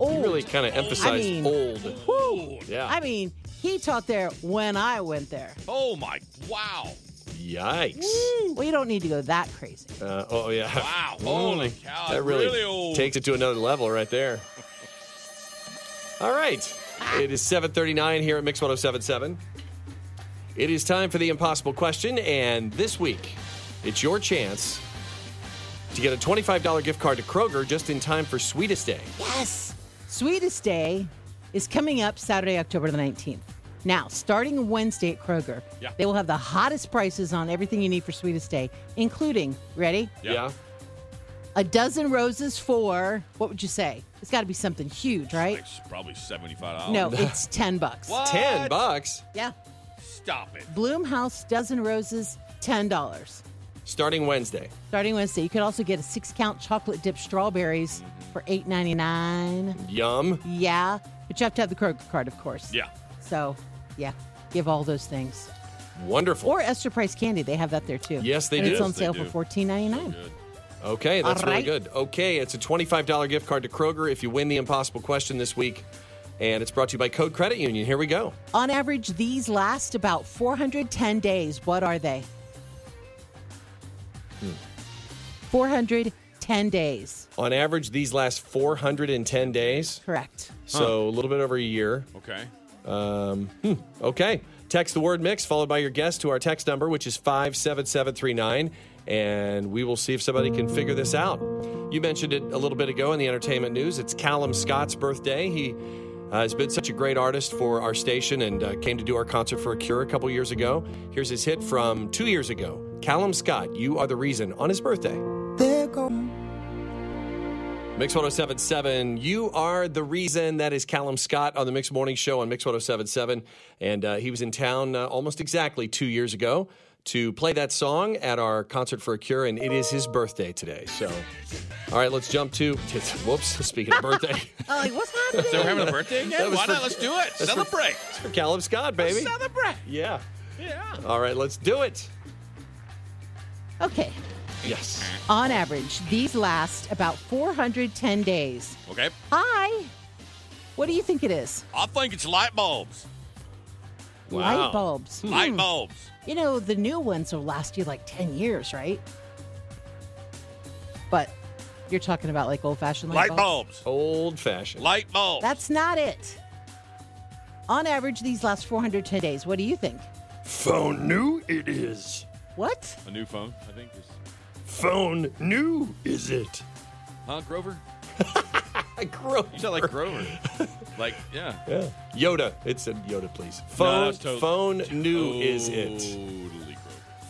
F: You really kind of emphasized
B: mean-
F: old.
B: Woo!
F: Yeah.
B: I mean, he taught there when I went there.
G: Oh my! Wow.
F: Yikes.
B: Mm, Well, you don't need to go that crazy.
F: Uh, oh yeah!
G: Wow! Holy cow!
F: That
G: That's
F: really,
G: really old.
F: takes it to another level right there. All right, it is 7:39 here at Mix 107.7. It is time for the impossible question, and this week, it's your chance to get a $25 gift card to Kroger just in time for Sweetest Day.
B: Yes. Sweetest Day is coming up Saturday, October the 19th. Now, starting Wednesday at Kroger,
F: Yeah.
B: they will have the hottest prices on everything you need for Sweetest Day, including, ready?
F: Yeah.
B: A dozen roses for, what would you say? It's got to be something huge, right?
G: It's probably seventy five dollars.
B: No, it's 10 bucks.
G: What?
F: 10 bucks
B: Yeah.
G: Stop it.
B: Bloomhouse dozen roses, $10.
F: starting Wednesday.
B: Starting Wednesday, you could also get a six count chocolate dipped strawberries
F: Mm-hmm.
B: for eight ninety nine.
F: Yum.
B: Yeah, but you have to have the Kroger card, of course.
F: Yeah.
B: So, yeah, give all those things.
F: Wonderful.
B: Or Esther Price candy, they have that there too.
F: Yes, they
B: and
F: do.
B: It's on
F: Yes, they
B: sale
F: do.
B: for fourteen ninety nine.
F: Okay, that's
B: All
F: really
B: right.
F: good. Okay, it's a $25 gift card to Kroger if you win the impossible question this week. And it's brought to you by Code Credit Union. Here we go.
B: On average, these last about four hundred ten days. What are they? Four hundred ten days.
F: On average, these last 410 days.
B: Correct.
F: So a little bit over a year.
G: Okay.
F: Um, hmm, okay. Text the word mix followed by your guess to our text number, which is 57739. And we will see if somebody can figure this out. You mentioned it a little bit ago in the entertainment news. It's Callum Scott's birthday. He uh, has been such a great artist for our station and uh, came to do our concert for a cure a couple years ago. Here's his hit from two years ago Callum Scott, You Are the Reason, on his birthday. Mix 1077, you are the reason. That is Callum Scott on the Mix Morning Show on Mix 1077. And uh, he was in town uh, almost exactly two years ago to play that song at our concert for a cure, and it is his birthday today. So, all right, let's jump to. Whoops, speaking of birthday.
B: Oh, like, what's happening?
G: So we're having a birthday again?
F: That was
G: Why
F: for-
G: not? Let's do it.
F: that's for-
G: Celebrate.
F: it's for Callum Scott, baby.
G: Celebrate.
F: Yeah. Yeah. All right, let's do it.
B: Okay.
F: Yes.
B: On average, these last about 410 days.
G: Okay.
B: Hi. What do you think it is?
G: I think it's light bulbs.
B: Light bulbs.
G: Light
B: Hmm.
G: bulbs.
B: You know, the new ones will last you like 10 years, right? But you're talking about like old fashioned light,
G: Light bulbs.
F: Old fashioned.
G: Light bulbs.
B: That's not it. On average, these last 410 days. What do you think?
I: Phone new it is.
B: What?
G: A new phone, I think. Is...
I: Phone new is it?
G: Huh, Grover?
F: Grover.
G: You sound like Grover. like, yeah.
F: Yeah. Yoda. It's a Yoda, please.
G: No,
F: Phone
G: that's to-
F: phone new is it.
G: Totally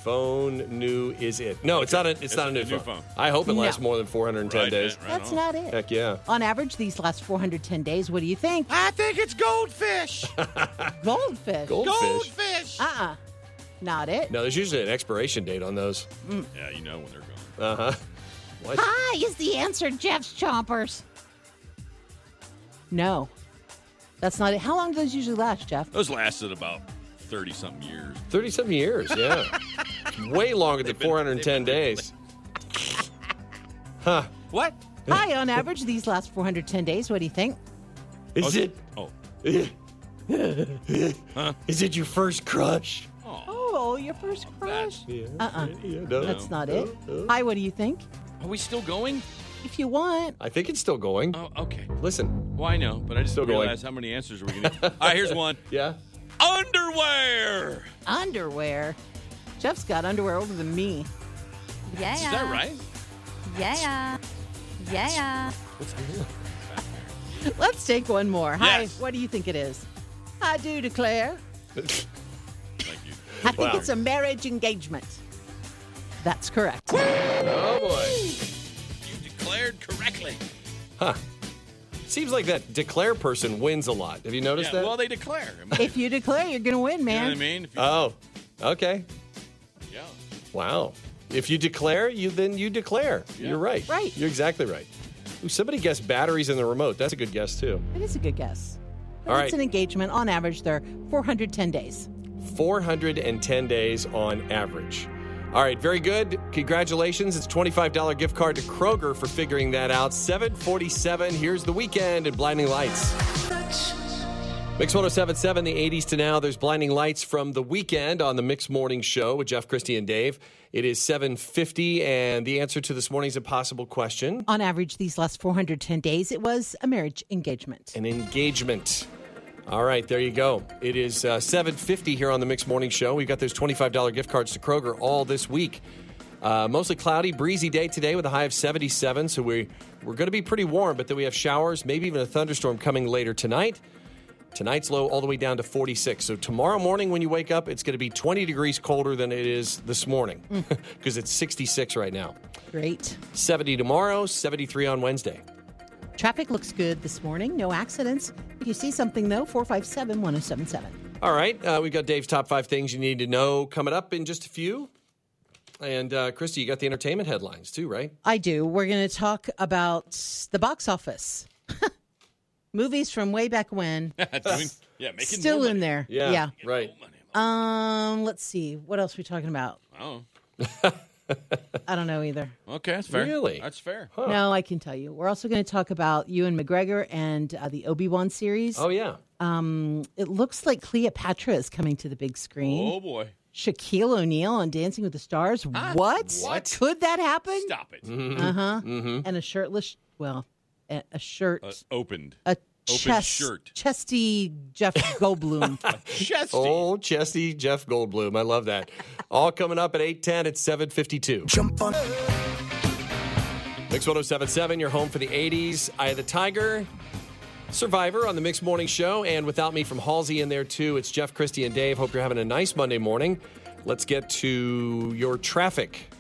F: Phone new is it. No, it's not a it's, not a new, phone. I hope it
B: No.
F: lasts more than 410
G: Right,
F: days.
B: right That's on. not it.
F: Heck yeah.
B: On average, these last 410 days. What do you think? I think it's goldfish. goldfish.
F: Goldfish.
B: Uh uh Not it.
F: No, there's usually an expiration date on those.
B: Mm.
G: Yeah, you know when they're gone.
F: Uh huh. What?
B: Hi is the answer, Jeff's Chompers. No. That's not it. How long do those usually last, Jeff?
G: Those lasted about 30 something years.
F: 30 something years, yeah. Way longer than 410 days. Huh.
G: What?
B: Hi, on average, these last 410 days. What do you think?
F: Is it?
G: Oh.
F: Is it your first crush?
B: Oh, your first crush.
F: Yeah.
B: Uh-uh.
F: Yeah, no.
B: That's not
F: No,
B: it.
F: no.
B: Hi, what do you think?
G: Are we still going?
B: If you want.
F: I think it's still going.
G: Oh, okay.
F: Listen.
G: Well, I know, but I just
F: Still
G: don't
F: going.
G: realize how many answers we're going to All right, here's one.
F: Yeah.
G: Underwear.
B: Underwear. Jeff's got underwear older than me.
J: Yeah.
G: Is that right?
J: Yeah. Yeah.
B: Let's take one more. Hi,
J: Yes.
B: what do you think it is? I do declare. I think
F: Wow.
B: it's a marriage engagement. That's correct.
F: Oh boy.
G: Declared correctly.
F: Huh. Seems like that declare person wins a lot. Have you noticed
G: Yeah,
F: that?
G: Well, they declare.
B: If you declare, you're going to win, man.
G: mean?
F: Oh. Okay.
G: Yeah.
F: Wow. If you declare, you then you declare. You're right.
B: Right.
F: You're exactly right. Ooh, somebody guessed batteries in the remote. That's a good guess too.
B: It is a good guess. But
F: All right.
B: it's an engagement. On average, they're 410 days.
F: 410 days on average. All right, very good. Congratulations. It's $25 gift card to Kroger for figuring that out. 747. Here's the weekend and blinding lights. Mix 1077, the 80s to now. There's blinding lights from the weekend on the Mix Morning Show with Jeff, Christie, and Dave. It is 750, and the answer to this morning's impossible question
B: On average, these last 410 days, it was a marriage engagement.
F: an engagement. All right, there you go. It is uh, 7.50 here on the Mixed Morning Show. We've got those $25 gift cards to Kroger all this week. Uh, mostly cloudy, breezy day today with a high of 77, so we, we're going to be pretty warm, but then we have showers, maybe even a thunderstorm coming later tonight. Tonight's low all the way down to 46. So tomorrow morning when you wake up, it's going to be 20 degrees colder than it is this morning because it's 66 right now.
B: Great.
F: 70 tomorrow, 73 on Wednesday.
B: Traffic looks good this morning. No accidents. If you see something, though, 457 1077.
F: All right, uh, we've got Dave's top five things you need to know coming up in just a few. And uh, Christy, you got the entertainment headlines too, right?
B: I do. We're going to talk about the box office. Movies from way back when.
G: Doing- yeah, making
B: Still
G: more
B: in
G: money.
B: there. Yeah, Yeah.
F: right.
B: Um, let's see. What else are we talking about?
G: Oh,
B: I don't know either.
G: okay, that's fair.
F: Really?
G: That's fair.
B: No, I can tell you. We're also going to talk about Ewan McGregor and uh, the Obi Wan series.
F: Oh yeah.
B: Um, it looks like Cleopatra is coming to the big screen.
G: Oh boy.
B: Shaquille O'Neal on Dancing with the Stars. what?
G: what?
B: Could that happen?
G: Stop it.
B: Uh huh.
G: Mm-hmm.
B: And a shirtless, well, a, a shirt,
G: Uh, opened.
B: a
G: open
B: chest,
G: shirt.
B: chesty Jeff Goldblum.
G: Chesty.
F: Old Chesty Jeff Goldblum. I love that. All coming up at 810 at 752. Jump on. Mix 1077, your home for the 80s. Eye of the Tiger, Survivor on the Mix Morning Show, and Without Me from Halsey in there too. It's Jeff, Christy, and Dave. Hope you're having a nice Monday morning. Let's get to your traffic.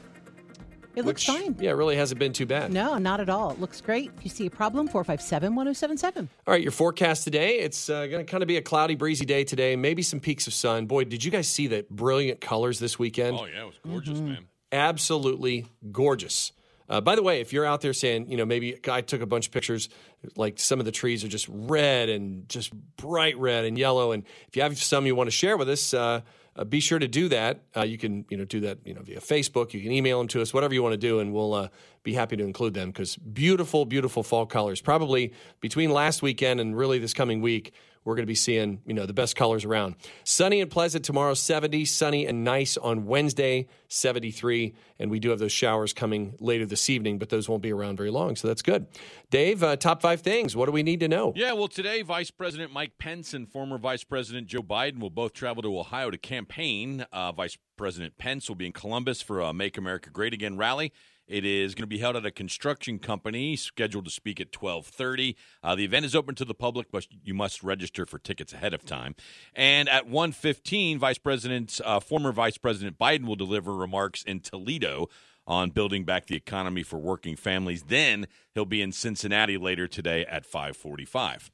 B: it looks
F: which,
B: fine.
F: Yeah, it really hasn't been too bad.
B: No, not at all. It looks great. If you see a problem, 457 1077.
F: All right, your forecast today. It's uh, going to kind of be a cloudy, breezy day today. Maybe some peaks of sun. Boy, did you guys see the brilliant colors this weekend?
G: Oh yeah, it was gorgeous, man.
F: absolutely gorgeous. Uh, by the way, if you're out there saying, you know, maybe I took a bunch of pictures, like some of the trees are just red and just bright red and yellow. And if you have some you want to share with us, uh, uh, be sure to do that. Uh, you can you know do that you know via Facebook. You can email them to us, whatever you want to do, and we'll uh, be happy to include them because beautiful, beautiful fall colors. Probably between last weekend and really this coming week, we're going to be seeing you know the best colors around. Sunny and pleasant tomorrow, seventy. Sunny and nice on Wednesday, seventy three. And we do have those showers coming later this evening, but those won't be around very long, so that's good. Dave, uh, top five things. What do we need to know?
G: Yeah, well, today, Vice President Mike Pence and former Vice President Joe Biden will both travel to Ohio to campaign. Uh, Vice President Pence will be in Columbus for a Make America Great Again rally. It is going to be held at a construction company, scheduled to speak at 12:30. Uh, the event is open to the public, but you must register for tickets ahead of time. And at 1:15, Vice President, uh, former Vice President Biden will deliver remarks in Toledo on building back the economy for working families. Then he'll be in Cincinnati later today at 5:45.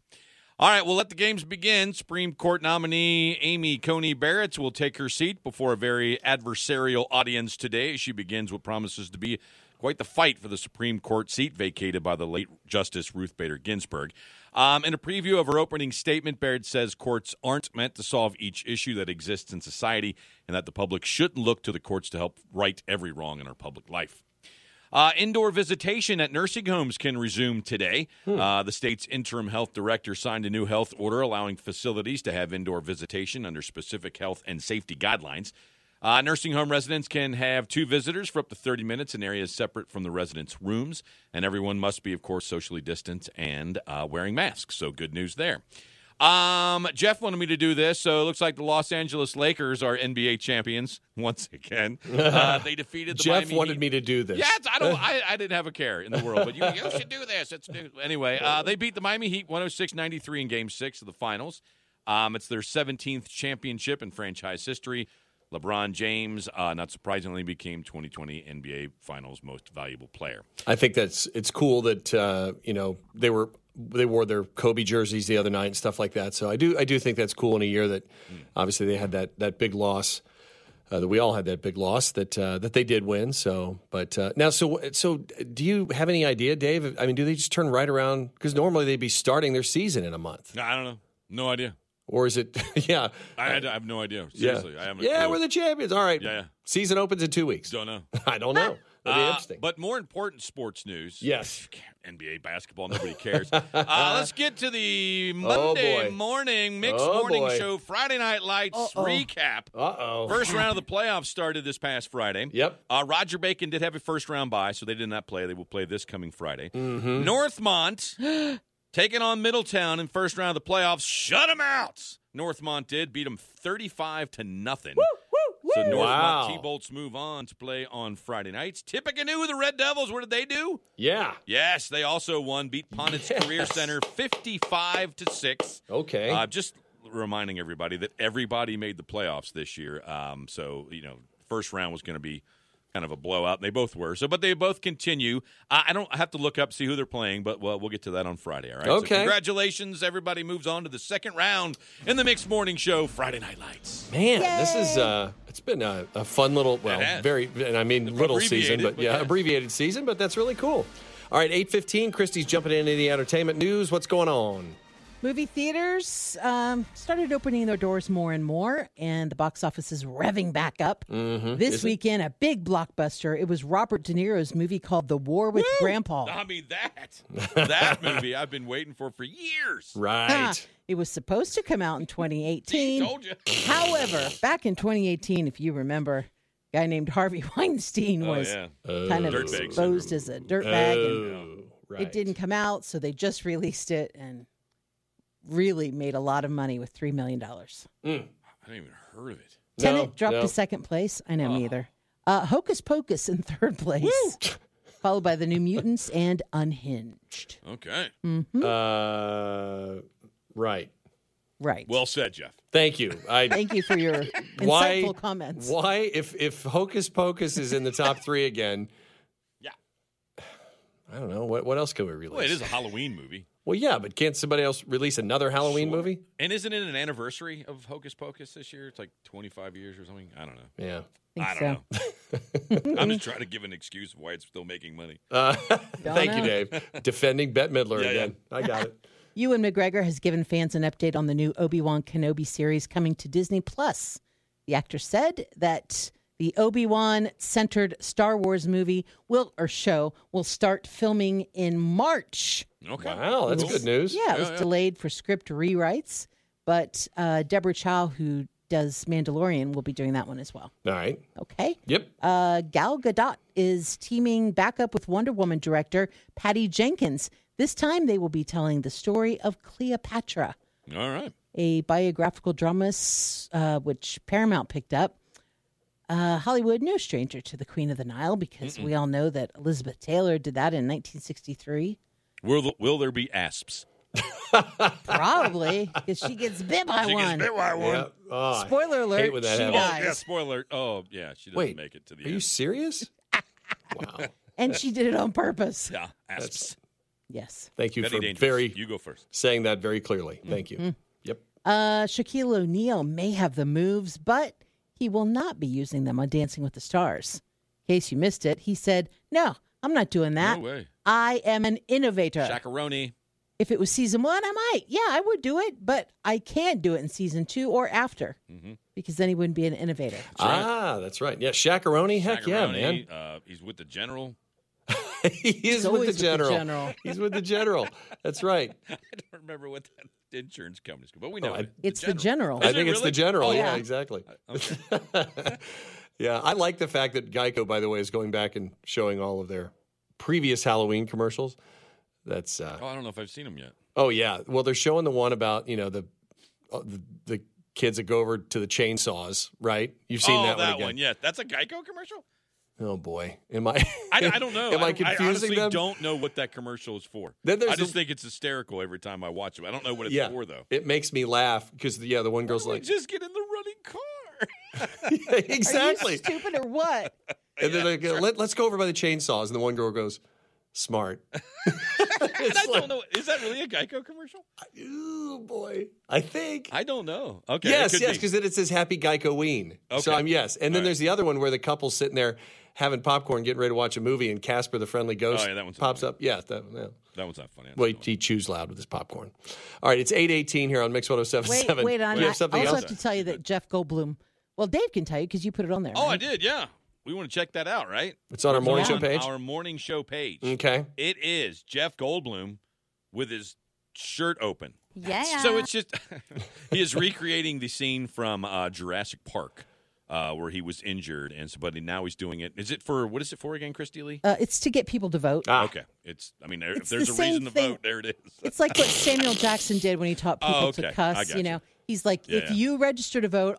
G: All right, well, let the games begin. Supreme Court nominee Amy Coney Barrett will take her seat before a very adversarial audience today. She begins what promises to be quite the fight for the Supreme Court seat vacated by the late Justice Ruth Bader Ginsburg. Um, in a preview of her opening statement, Baird says courts aren't meant to solve each issue that exists in society and that the public shouldn't look to the courts to help right every wrong in our public life. Uh, indoor visitation at nursing homes can resume today.
F: Hmm.
G: Uh, the state's interim health director signed a new health order allowing facilities to have indoor visitation under specific health and safety guidelines. Uh, nursing home residents can have two visitors for up to 30 minutes in areas separate from the residents' rooms, and everyone must be, of course, socially distanced and uh, wearing masks. So, good news there. Um, Jeff wanted me to do this, so it looks like the Los Angeles Lakers are NBA champions once again. Uh, they defeated the
F: Jeff
G: Miami
F: wanted
G: Heat.
F: me to do this.
G: Yeah, it's- I don't. I, I didn't have a care in the world, but you, you should do this. It's new. Anyway, uh, they beat the Miami Heat 106-93 in Game Six of the Finals. Um, it's their 17th championship in franchise history. LeBron James, uh, not surprisingly, became 2020 NBA Finals Most Valuable Player.
F: I think that's it's cool that uh, you know they were they wore their Kobe jerseys the other night and stuff like that. So I do I do think that's cool in a year that obviously they had that that big loss uh, that we all had that big loss that uh, that they did win. So but uh, now so so do you have any idea, Dave? I mean, do they just turn right around because normally they'd be starting their season in a month,
G: I don't know. No idea.
F: or is it yeah
G: I, had- I have no idea. Seriously,
F: yeah
G: I haven't.
F: yeah we're the champions. All right,
G: Yeah, yeah.
F: season opens in two weeks.
G: Don't know.
F: I don't know. That'd be
G: Uh,
F: interesting.
G: But more important sports news.
F: Yes.
G: NBA basketball, nobody cares. uh, let's get to the
F: Oh,
G: Monday
F: boy.
G: morning mixed
F: Oh,
G: morning
F: boy.
G: show Friday Night Lights recap.
F: Uh oh.
G: First round of the playoffs started this past Friday.
F: Yep.
G: Uh, Roger Bacon did have a first round bye, so they did not play. They will play this coming Friday.
F: Mhm.
G: Northmont taking on Middletown in first round of the playoffs. Shut them out. Northmont did beat them 35 to nothing. So Northmont
F: Wow.
G: T-Bolts move on to play on Friday nights. Tippecanoe, the Red Devils, what did they do?
F: Yeah.
G: Yes, they also won. Beat Ponnett's Career Center 55 to 6.
F: Okay.
G: Uh, just reminding everybody that everybody made the playoffs this year. Um, so, you know, first round was going to be kind of a blowout. They both were. So, but they both continue. I, I don't I have to look up, see who they're playing, but well, we'll get to that on Friday. All right. So
F: Okay.
G: congratulations. Everybody moves on to the second round in the Mixed Morning Show, Friday Night Lights.
F: Man, this is uh, it's been a, a fun little, well,
G: has.
F: very, and I mean little season,
G: abbreviated,
F: but
G: but
F: yeah,
G: yeah.
F: abbreviated season, but that's really cool. All right, eight fifteen. Christy's jumping into the entertainment news. What's going on?
B: Movie theaters um, started opening their doors more and more, and the box office is revving back up.
F: Mm-hmm.
B: This weekend, a big blockbuster. It was Robert De Niro's movie called The War with Grandpa. Ah,
G: I mean, that. That movie I've been waiting for for years.
B: Ah, It was supposed to come out in 2018.
G: Told you.
B: However, back in 2018, if you remember, a guy named Harvey Weinstein
G: Oh,
B: was
G: yeah.
B: kind of
G: Dirtbag syndrome. Oh,
B: exposed as a dirtbag. and
F: right.
B: It didn't come out, so they just released it and really made a lot of money with $3 million.
G: I haven't even heard of it.
B: Tenet dropped
G: no.
B: to second place. I know,
G: uh-huh.
B: me either. Uh, Hocus Pocus in third place, followed by The New Mutants and Unhinged.
G: Okay.
F: Uh, right.
B: Right.
G: Well said, Jeff.
F: Thank you. I
B: Thank you for your insightful
F: why
B: comments.
F: Why if if Hocus Pocus is in the top three again?
G: Yeah.
F: I don't know what what else could we release.
G: Well, it is a Halloween movie.
F: Well, yeah, but can't somebody else release another Halloween
G: Sure.
F: movie?
G: And isn't it an anniversary of Hocus Pocus this year? It's like 25 years or something. I don't know.
F: Yeah.
G: I don't know. I'm just trying to give an excuse why it's still making money.
F: Uh, thank you,
B: know.
F: Dave. Defending Bette Midler
G: Yeah, yeah.
F: again. I got it.
B: Ewan McGregor has given fans an update on the new Obi Wan Kenobi series coming to Disney Plus. The actor said that the Obi Wan centered Star Wars movie will or show will start filming in March.
F: Okay. Wow, that's good news.
B: Yeah, it was delayed for script rewrites, but uh, Deborah Chow, who does Mandalorian, will be doing that one as well.
F: All right.
B: Okay.
F: Yep.
B: Uh, Gal Gadot is teaming back up with Wonder Woman director Patty Jenkins. This time they will be telling the story of Cleopatra,
G: All right.
B: a biographical drama s- uh, which Paramount picked up. Uh, Hollywood, no stranger to the Queen of the Nile, because we all know that Elizabeth Taylor did that in 1963.
G: Will th- will there be asps?
B: Probably, because she gets bit by
G: She gets
B: one.
G: bit by one. Yeah.
F: Oh, I
B: Spoiler alert,
F: hate when that
B: she
F: happens.
G: Oh,
B: dies.
G: yeah, spoiler. Oh, yeah, she doesn't
F: Wait,
G: make it to the
F: Are
G: end.
F: you serious? wow.
B: And she did it on purpose.
G: Yeah, asps.
B: Yes.
F: Thank you
G: Very
F: for
G: dangerous. Mm-hmm.
F: very
G: You go first.
F: saying that very clearly. Thank you.
B: Mhm.
F: Yep.
B: Uh, Shaquille O'Neal may have the moves, but he will not be using them on Dancing with the Stars. In case you missed it, he said, No, I'm not doing that.
G: No way.
B: I am an innovator.
G: Chacaroni.
B: if it was season one, I might. Yeah, I would do it, but I can't do it in season two or after
G: Mhm.
B: because then he wouldn't be an innovator.
G: right.
F: Ah, that's right. Yeah, Shakaroni. Heck yeah, man.
G: Chacaroni, Uh, he's with the general.
F: he is with
B: always
F: the
B: with the
F: general.
B: general.
F: He's with the general. That's right.
G: I don't remember what that insurance company's called, but we know
F: Oh, I-
G: it.
B: It's the general.
F: I
G: Is it
F: think it's the
G: really?
F: general.
G: Oh,
F: yeah.
G: yeah. Uh,
F: exactly.
G: Okay.
F: yeah, I like the fact that Geico, by the way, is going back and showing all of their previous Halloween commercials. That's uh,
G: Oh, I don't know if I've seen him yet.
F: oh yeah. Well, they're showing the one about you know the uh, the, the kids that go over to the chainsaws, right? You've seen
G: oh,
F: that, one
G: that
F: again.
G: one. Yeah, that's a Geico commercial.
F: Oh boy, am I?
G: I, I don't know.
F: Am I,
G: don't-
F: confusing
G: honestly
F: them?
G: don't know what that commercial is for.
F: Then there's
G: I just
F: the-
G: think it's hysterical every time I watch it. I don't know what it's
F: yeah,
G: for though.
F: it makes me laugh because yeah, the one girl's
G: Why
F: like
G: don't we just get in the running car.
B: Are you
F: exactly,
B: stupid or what?
F: and then they go, Let, let's go over by the chainsaws, and the one girl goes smart.
G: And I
F: It's
G: don't
F: like,
G: know. Is that really a Geico commercial?
F: oh boy, I think
G: I don't know. Okay. it
F: yes,
G: could
F: yes,
G: be.
F: because then it says Happy Geico Ween.
G: Okay.
F: So I'm yes, and then
G: All right.
F: there's the other one where the couple's sitting there having popcorn, getting ready to watch a movie, and Casper the Friendly Ghost
G: Oh, yeah, that one's
F: pops
G: annoying.
F: up. Yeah, that one. Yeah.
G: that one's not funny. I don't
F: Well,
G: know.
F: he, he chews loud with his popcorn. All right, it's 8.18 here on Mix 107.7.
B: Wait, wait on.
F: You have
B: I also
F: something else?
B: have to tell you that Jeff Goldblum. Well, Dave can tell you because you put it on there.
G: Oh, I
B: right?
G: did. Yeah. We want to check that out, right?
F: It's on our morning show
G: on
F: page?
G: Our morning show page.
F: Okay.
G: It is Jeff Goldblum with his shirt open.
J: Yeah.
G: So it's just he is recreating the scene from uh, Jurassic Park uh, where he was injured, and so but now he's doing it. Is it for what is it for again, Christy Lee?
B: Uh, it's to get people to vote.
F: Ah,
G: okay, it's. I mean, there- if
B: It's the
G: there's a
B: same
G: reason to
B: thing.
G: vote, there it is.
B: It's like what Samuel Jackson did when he taught people
G: Oh,
B: to
G: okay. I got
B: cuss. You
G: you.
B: know, he's like,
G: Yeah,
B: if
G: yeah.
B: you register to vote,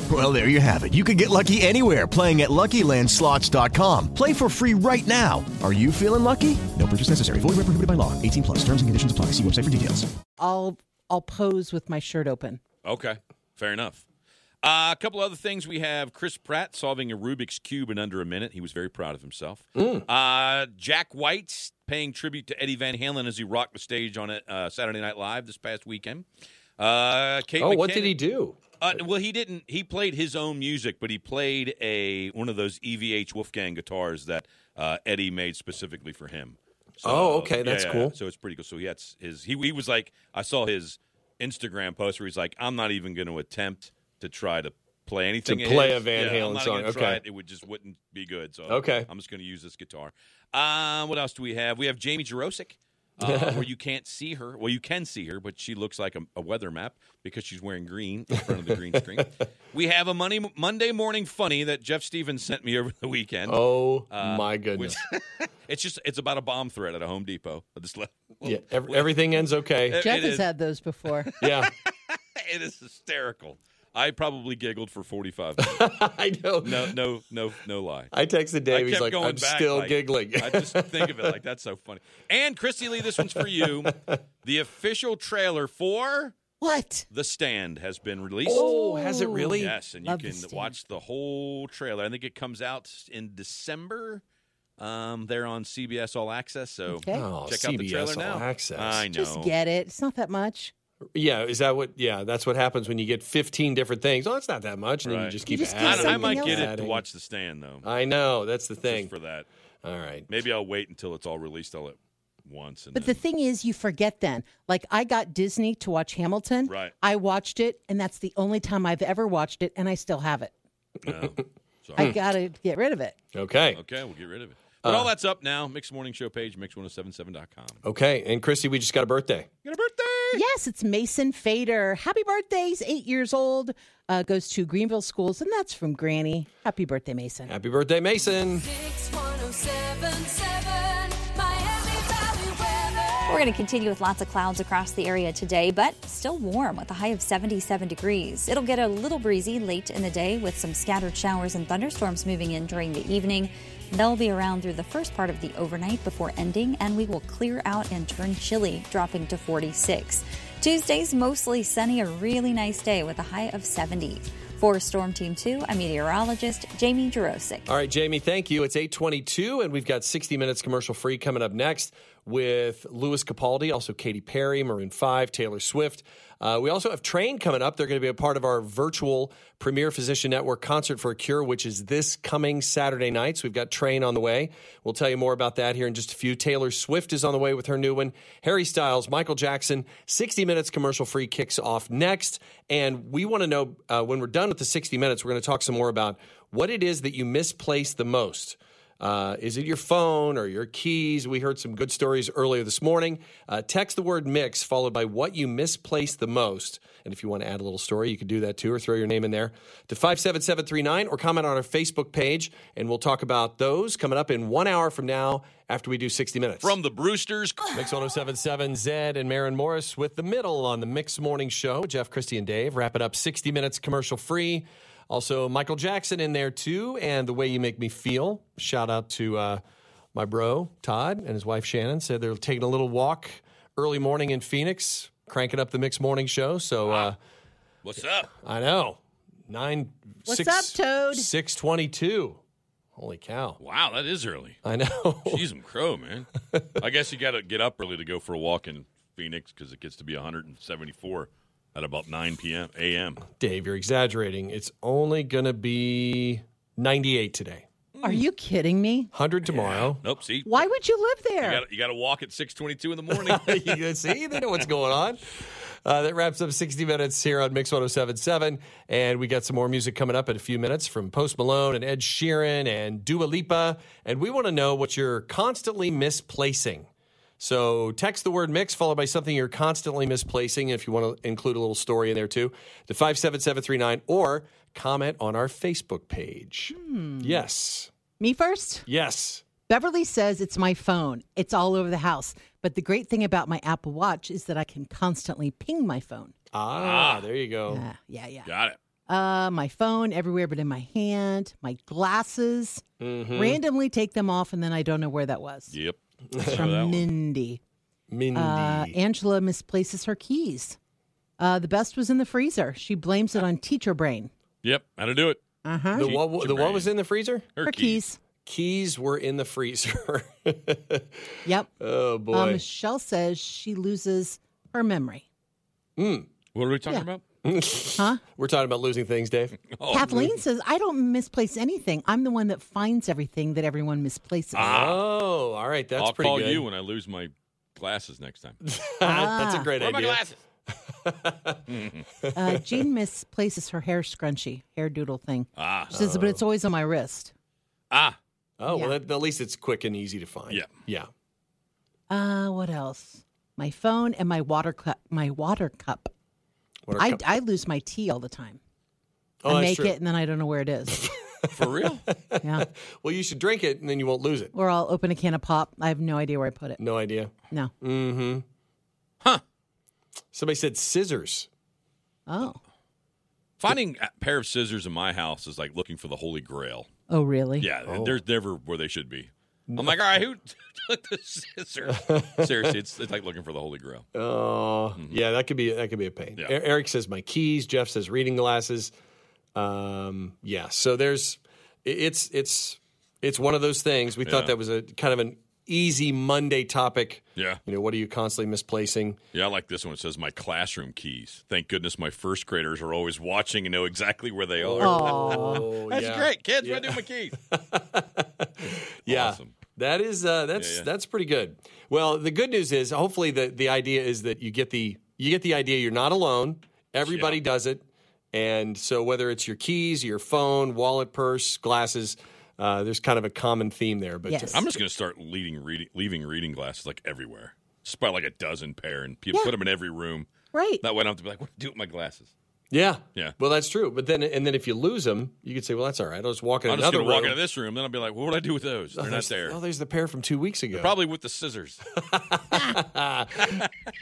C: Well, there you have it. You can get lucky anywhere playing at LuckyLandSlots.com. Play for free right now. Are you feeling lucky? No purchase necessary. Void where prohibited by law. 18 plus. Terms and conditions apply. See website for details.
B: I'll I'll pose with my shirt open.
G: Okay, fair enough. Uh, a couple other things we have: Chris Pratt solving a Rubik's cube in under a minute. He was very proud of himself.
F: Mm.
G: Uh, Jack White paying tribute to Eddie Van Halen as he rocked the stage on uh, Saturday Night Live this past weekend. Uh, Kate
F: Oh, what
G: McKinnon-
F: did he do?
G: Uh, well, he didn't. He played his own music, but he played a one of those EVH Wolfgang guitars that uh, Eddie made specifically for him. So,
F: Oh, okay,
G: yeah,
F: that's
G: yeah,
F: cool.
G: So it's pretty cool. So he had s- his. He, he was like, I saw his Instagram post where he's like, I'm not even going to attempt to try to play anything. of
F: play
G: his.
F: a Van
G: Yeah, I'm
F: Halen
G: not
F: song.
G: gonna try
F: Okay.
G: it. it would just wouldn't be good. So
F: Okay.
G: I'm just going to use this guitar. Um, what else do we have? We have Jamie Jurosic. Uh, where you can't see her. Well, you can see her, but she looks like a, a weather map because she's wearing green in front of the green screen. We have a money, Monday morning funny that Jeff Stevens sent me over the weekend.
F: Oh,
G: Uh,
F: my goodness.
G: which- it's just it's about a bomb threat at a Home Depot. This le-
F: yeah, ev- everything ends okay.
G: It-
B: Jeff has
G: is.
B: had those before.
F: yeah,
G: it is hysterical. I probably giggled for forty five. minutes.
F: I know.
G: No, no, no, no lie.
F: I texted Dave.
G: I
F: He's
G: kept
F: like,
G: going
F: I'm
G: back,
F: still
G: like,
F: giggling.
G: I just think of it like that's so funny. And Christy Lee, this one's for you. The official trailer for
B: What?
G: The Stand has been released.
F: oh, has it really?
G: Yes, and you
B: Love The
G: can
B: Stand.
G: watch the whole trailer. I think it comes out in December. Um, they're on CBS All Access, so
B: Okay.
F: Oh,
G: check out the
F: CBS
G: trailer
F: All
G: now.
F: Access.
G: I know.
B: Just get it. It's not that much.
F: Yeah, is that what? Yeah, that's what happens when you get 15 different things. Oh, that's not that much. And then you just keep adding.
G: I, don't- I might get it to watch the stand though.
F: I know that's the thing
G: for that.
F: All right,
G: maybe I'll wait until it's all released all at once. And
B: But the thing is, you forget then. Like, I got Disney to watch Hamilton.
G: Right.
B: I watched it, and that's the only time I've ever watched it, and I still have it.
G: No.
B: I got to get rid of it.
F: Okay.
G: Okay, we'll get rid of it. But
F: Uh,
G: all that's up now. Mix oh Morning Show page, mix1077.com.
F: Okay, and Christy, we just got a birthday.
B: Yes, it's Mason Fader. Happy birthday. He's eight years old, uh, goes to Greenville Schools, and that's from Granny. Happy birthday, Mason.
F: Happy birthday, Mason.
L: We're going to continue with lots of clouds across the area today, but still warm with a high of 77 degrees. It'll get a little breezy late in the day with some scattered showers and thunderstorms moving in during the evening. They'll be around through the first part of the overnight before ending, and we will clear out and turn chilly, dropping to 46. Tuesday's mostly sunny, a really nice day with a high of 70. For Storm Team 2, I'm meteorologist Jamie Jurosic.
F: All right, Jamie, thank you. It's 822, and we've got 60 minutes commercial free coming up next with Louis Capaldi, also Katy Perry, Maroon 5, Taylor Swift. Uh, we also have Train coming up. They're going to be a part of our virtual Premier Physician Network Concert for a Cure, which is this coming Saturday night. So we've got Train on the way. We'll tell you more about that here in just a few. Taylor Swift is on the way with her new one. Harry Styles, Michael Jackson, 60 minutes commercial free kicks off next. And we want to know uh, when we're done with the 60 minutes, we're going to talk some more about what it is that you misplace the most. Uh, is it your phone or your keys? We heard some good stories earlier this morning. Uh, text the word mix followed by what you misplaced the most. And if you want to add a little story, you can do that too, or throw your name in there to 57739 or comment on our Facebook page. And we'll talk about those coming up in one hour from now after we do 60 minutes.
G: From the Brewsters.
F: Mix 1077 Zed and Marin Morris with the middle on the Mix Morning Show. Jeff, Christie, and Dave wrap it up 60 minutes commercial free. Also, Michael Jackson in there too, and The Way You Make Me Feel. Shout out to uh, my bro, Todd, and his wife, Shannon. Said they're taking a little walk early morning in Phoenix, cranking up the Mix Morning Show. So uh,
G: What's up?
F: I know. Nine,
B: What's
F: six,
B: up, Toad?
F: 622. Holy cow.
G: Wow, that is early.
F: I know.
G: She's some crow, man. I guess you got to get up early to go for a walk in Phoenix because it gets to be 174 at about 9 p.m. a.m.
F: Dave, you're exaggerating. It's only going to be 98 today,
B: Are you kidding me?
F: 100 tomorrow.
G: Nope. See,
B: Why would you live
G: you
B: there?
G: got you got to walk at 6:22 in the morning.
F: You See, they know what's going on. Uh, that wraps up 60 minutes here on Mix 1077. And we got some more music coming up in a few minutes from Post Malone and Ed Sheeran and Dua Lipa. And we want to know what you're constantly misplacing. So text the word mix followed by something you're constantly misplacing. If you want to include a little story in there too, to 57739 or comment on our Facebook page.
B: Hmm.
F: Yes.
B: Me first?
F: Yes.
B: Beverly says it's my phone. It's all over the house. But the great thing about my Apple Watch is that I can constantly ping my phone.
F: Ah, there you go.
B: yeah, yeah.
G: Got it.
B: Uh, my phone everywhere but in my hand, my glasses.
F: Mhm.
B: Randomly take them off, and then I don't know where that was.
G: Yep.
B: It's from Mindy.
F: Mindy.
B: Uh, Angela misplaces her keys. Uh, the best was in the freezer. She blames it on teacher brain.
G: Yep. How to do it?
B: Uh huh.
F: The what? The what was in the freezer?
B: Her Her keys.
F: Keys were in the freezer.
B: Yep.
F: Oh boy.
B: Uh, Michelle says she loses her memory.
F: Mm.
G: What are we
B: talking
G: about?
F: huh? We're talking about losing things, Dave.
B: Kathleen says, I don't misplace anything. I'm the one that finds everything that everyone misplaces.
F: Oh, all right. That's
G: Ah. I'll
F: pretty
G: call
F: good.
G: you when I lose my glasses next time.
F: That's a
B: Ah.
F: great
G: Where are my
F: idea.
G: glasses?
B: Uh, Jean misplaces her hair scrunchie, hair doodle thing.
G: Ah.
B: She says, but it's always on my wrist.
G: Ah.
F: Oh well,
B: Yeah.
F: that, at least it's quick and easy to find. Yeah. Yeah.
B: Uh, what else? My phone and my water cup. My water cup.
F: Water
B: I,
F: cup.
B: I lose my tea all the time.
F: Oh,
B: I
F: that's
B: make
F: true.
B: it and then I don't know where it is.
G: For real?
B: yeah.
F: Well, you should drink it and then you won't lose it.
B: or I'll open a can of pop. I have no idea where I put it.
F: No idea.
B: No.
F: Mm-hmm.
G: Huh.
F: Somebody said scissors.
B: Oh.
G: Finding a pair of scissors in my house is like looking for the holy grail.
B: Oh, really?
G: Yeah,
B: Oh.
G: they're never where they should be. I'm like, all right, who took the scissors? Seriously, it's, it's like looking for the holy grail.
F: Oh,
G: Mm-hmm.
F: yeah, that could be that could be a pain. E- Eric says my keys. Jeff says reading glasses. Um, yeah, so there's i- it's it's it's one of those things. We
G: Yeah.
F: thought that was a kind of an easy Monday topic.
G: Yeah.
F: You know, what are you constantly misplacing?
G: Yeah, I like this one. It says my classroom keys. Thank goodness my first graders are always watching and know exactly where they are.
F: Oh,
G: That's
F: yeah.
G: great, kids. Where
F: Yeah.
G: do my keys?
F: Yeah. That is uh, that's that's pretty good. Well, the good news is hopefully the the idea is that you get the you get the idea you're not alone. Everybody does it. And so whether it's your keys, your phone, wallet, purse, glasses, uh, there's kind of a common theme there. But uh,
G: I'm just going to start leading reading, leaving reading glasses like everywhere. Just buy like a dozen pair and people
F: Yeah.
G: put them in every room.
B: Right.
G: That way I don't have to be like, what do I do with my glasses?
F: Yeah.
G: Yeah.
F: Well, that's true. But then and then if you lose them, you could say, well, that's all right. I'll just walk in
G: I'm just
F: another
G: going to walk
F: room.
G: into this room. Then I'll be like, what would I do with those?
F: Oh,
G: They're not
F: there's-
G: there.
F: Oh, there's the pair from two weeks ago.
G: Probably with the scissors.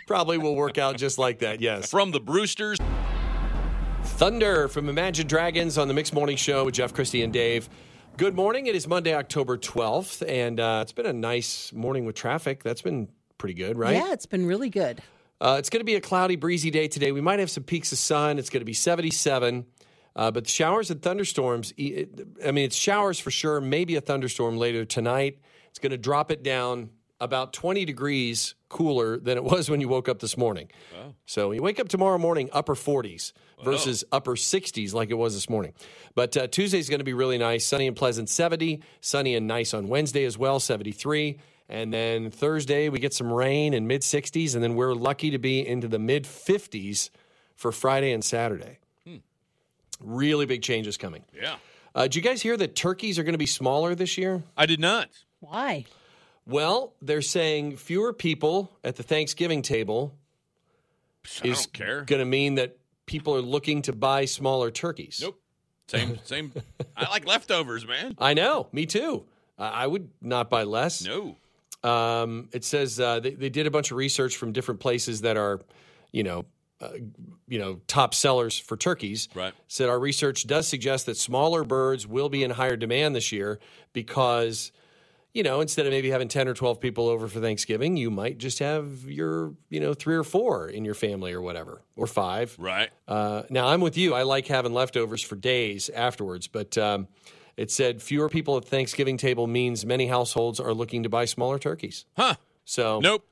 F: Probably will work out just like that, yes.
G: From the Brewsters.
F: Thunder from Imagine Dragons on the Mixed Morning Show with Jeff, Christie, and Dave. Good morning. It is Monday, October 12th, and uh, it's been a nice morning with traffic. That's been pretty good, right?
B: Yeah, it's been really good.
F: Uh, it's going to be a cloudy, breezy day today. We might have some peaks of sun. It's going to be 77. Uh, but the showers and thunderstorms, e- it- I mean, it's showers for sure, maybe a thunderstorm later tonight. It's going to drop it down about 20 degrees cooler than it was when you woke up this morning. So when you wake up tomorrow morning, upper 40s versus upper 60s like it was this morning. But uh, Tuesday's going to be really nice, sunny and pleasant 70, sunny and nice on Wednesday as well, 73. And then Thursday, we get some rain in mid 60s, and then we're lucky to be into the mid 50s for Friday and Saturday. Really big changes coming.
G: Yeah.
F: Uh, did you guys hear that turkeys are going to be smaller this year?
G: I did not.
B: Why?
F: Well, they're saying fewer people at the Thanksgiving table is
G: care.
F: going to mean that people are looking to buy smaller turkeys.
G: Nope. Same, same. I like leftovers, man.
F: I know. Me too. I I would not buy less.
G: No.
F: Um, it says uh, they, they did a bunch of research from different places that are, you know, uh, you know, top sellers for turkeys.
G: Right.
F: Said our research does suggest that smaller birds will be in higher demand this year because, you know, instead of maybe having ten or twelve people over for Thanksgiving, you might just have your, you know, three or four in your family or whatever, or five.
G: Right.
F: Uh, now I'm with you. I like having leftovers for days afterwards, but um, it said fewer people at Thanksgiving table means many households are looking to buy smaller turkeys.
G: Huh.
F: So
G: nope.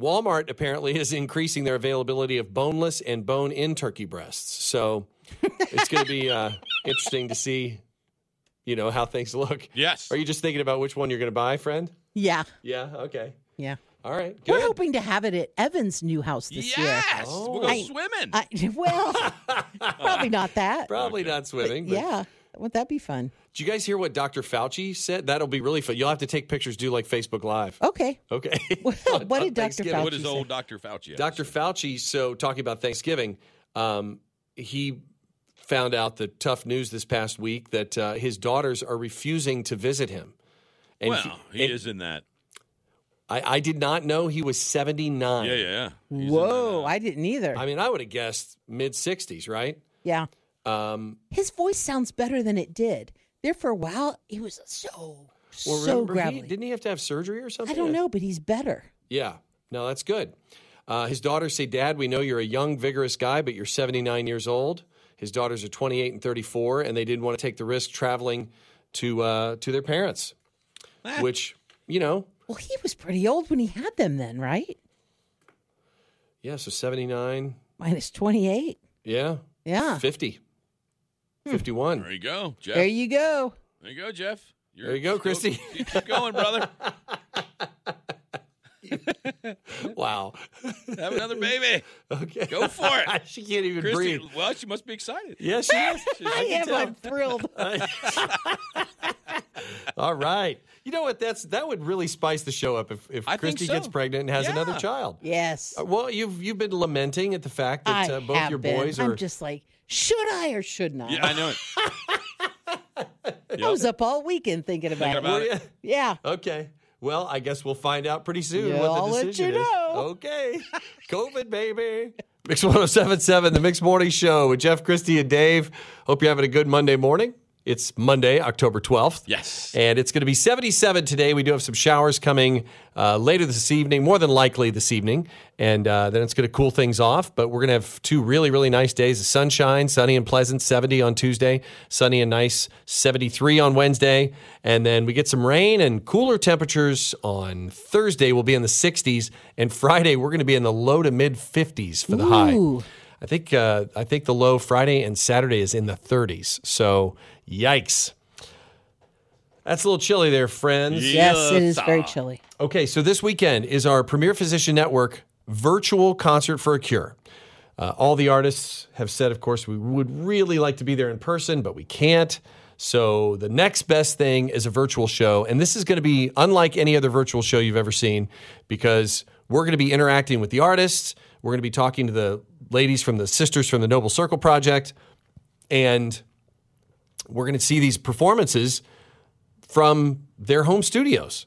F: Walmart apparently is increasing their availability of boneless and bone-in turkey breasts. So it's going to be uh, interesting to see, you know, how things look.
G: Yes.
F: Are you just thinking about which one you're going to buy, friend?
B: Yeah.
F: Yeah. Okay.
B: Yeah.
F: All right.
B: We're hoping to have it at Evan's new house this year.
G: Yes.
F: Oh.
G: We'll go
B: I-
G: swimming.
B: I, well, probably not that.
F: Probably not swimming. but-
B: Yeah. Wouldn't that be fun?
F: Did you guys hear what Dr. Fauci said? That'll be really fun. You'll have to take pictures, do like Facebook Live.
B: Okay.
F: Okay.
B: Oh. what did Dr.
F: Thanksgiving.
B: Fauci
G: What is old Dr. Fauci? at?
F: Dr. Fauci, so talking about Thanksgiving, um, he found out the tough news this past week that uh, his daughters are refusing to visit him.
G: Well, he,
F: and
G: is in that.
F: I, I did not know he was 79.
G: Yeah, yeah, yeah.
B: Whoa, I didn't either.
F: I mean, I would have guessed mid 60s, right?
B: yeah.
F: Um,
B: His voice sounds better than it did. There for a while, it was so,
F: well,
B: so
F: remember, he-
B: gravelly.
F: didn't he have to have surgery or
B: I
F: something?
B: don't know, but he's better.
F: Yeah. No, that's good. Uh, his daughters say, Dad, we know you're a young, vigorous guy, but you're 79 years old. His daughters are 28 and 34, and they didn't want to take the risk traveling to uh, to their parents,
G: Ah.
F: which, you know,
B: Well, he was pretty old when he had them then, right?
F: yeah, so 79,
B: Minus 28.
F: yeah,
B: Yeah.
F: 50,
G: Hmm.
F: 51.
G: There you go, Jeff.
B: There you go.
G: There you go, Jeff. You're
F: There you go, Christy.
G: Keep going, brother.
F: wow.
G: Have another baby.
F: Okay.
G: Go for it.
F: she can't even
G: Christy,
F: breathe.
G: well, she must be excited.
F: Yes, she is.
G: She's like,
B: am. I'm thrilled.
F: All right. You know what? That's That would really spice the show up if, if
G: I think
F: Christy
G: so.
F: gets pregnant and has another
G: Yeah.
F: child.
B: Yes.
F: Uh, Well, you've you've been lamenting at the fact that
B: I
F: uh, both
B: have
F: your
B: been.
F: boys are
B: I'm just like, should I or shouldn't I?
G: Yeah, I know it.
B: I was up all weekend thinking about,
G: Thinking
F: Oh,
G: about
B: it.
G: it.
B: Yeah.
F: Okay. Well, I guess we'll find out pretty soon
B: Yeah,
F: what
B: I'll
F: the
B: let
F: decision
B: you
F: is.
B: know.
F: Okay. COVID baby. oh Mix 1077, the Mix Morning Show with Jeff, Christie, and Dave. Hope you're having a good Monday morning. It's Monday, October 12th. Yes. And it's going to be 77 today. We do have some showers coming uh, later this evening, more than likely this evening. And uh, then it's going to cool things off. But we're going to have two really, really nice days of sunshine, sunny and pleasant, 70 on Tuesday, sunny and nice, 73 on Wednesday. And then we get some rain and cooler temperatures on Thursday. We'll be in the 60s. And Friday, we're going to be in the low to mid 50s for the
B: Ooh.
F: high. I think uh, I think the low Friday and Saturday is in the 30s. So yikes. That's a little chilly there, friends.
B: Yes, it is very chilly.
F: Okay, so this weekend is our Premier Physician Network virtual concert for a cure. Uh, all the artists have said, of course, we would really like to be there in person, but we can't. So the next best thing is a virtual show. And this is going to be unlike any other virtual show you've ever seen because we're going to be interacting with the artists. We're going to be talking to the ladies from the Sisters from the Noble Circle Project. And we're going to see these performances from their home studios.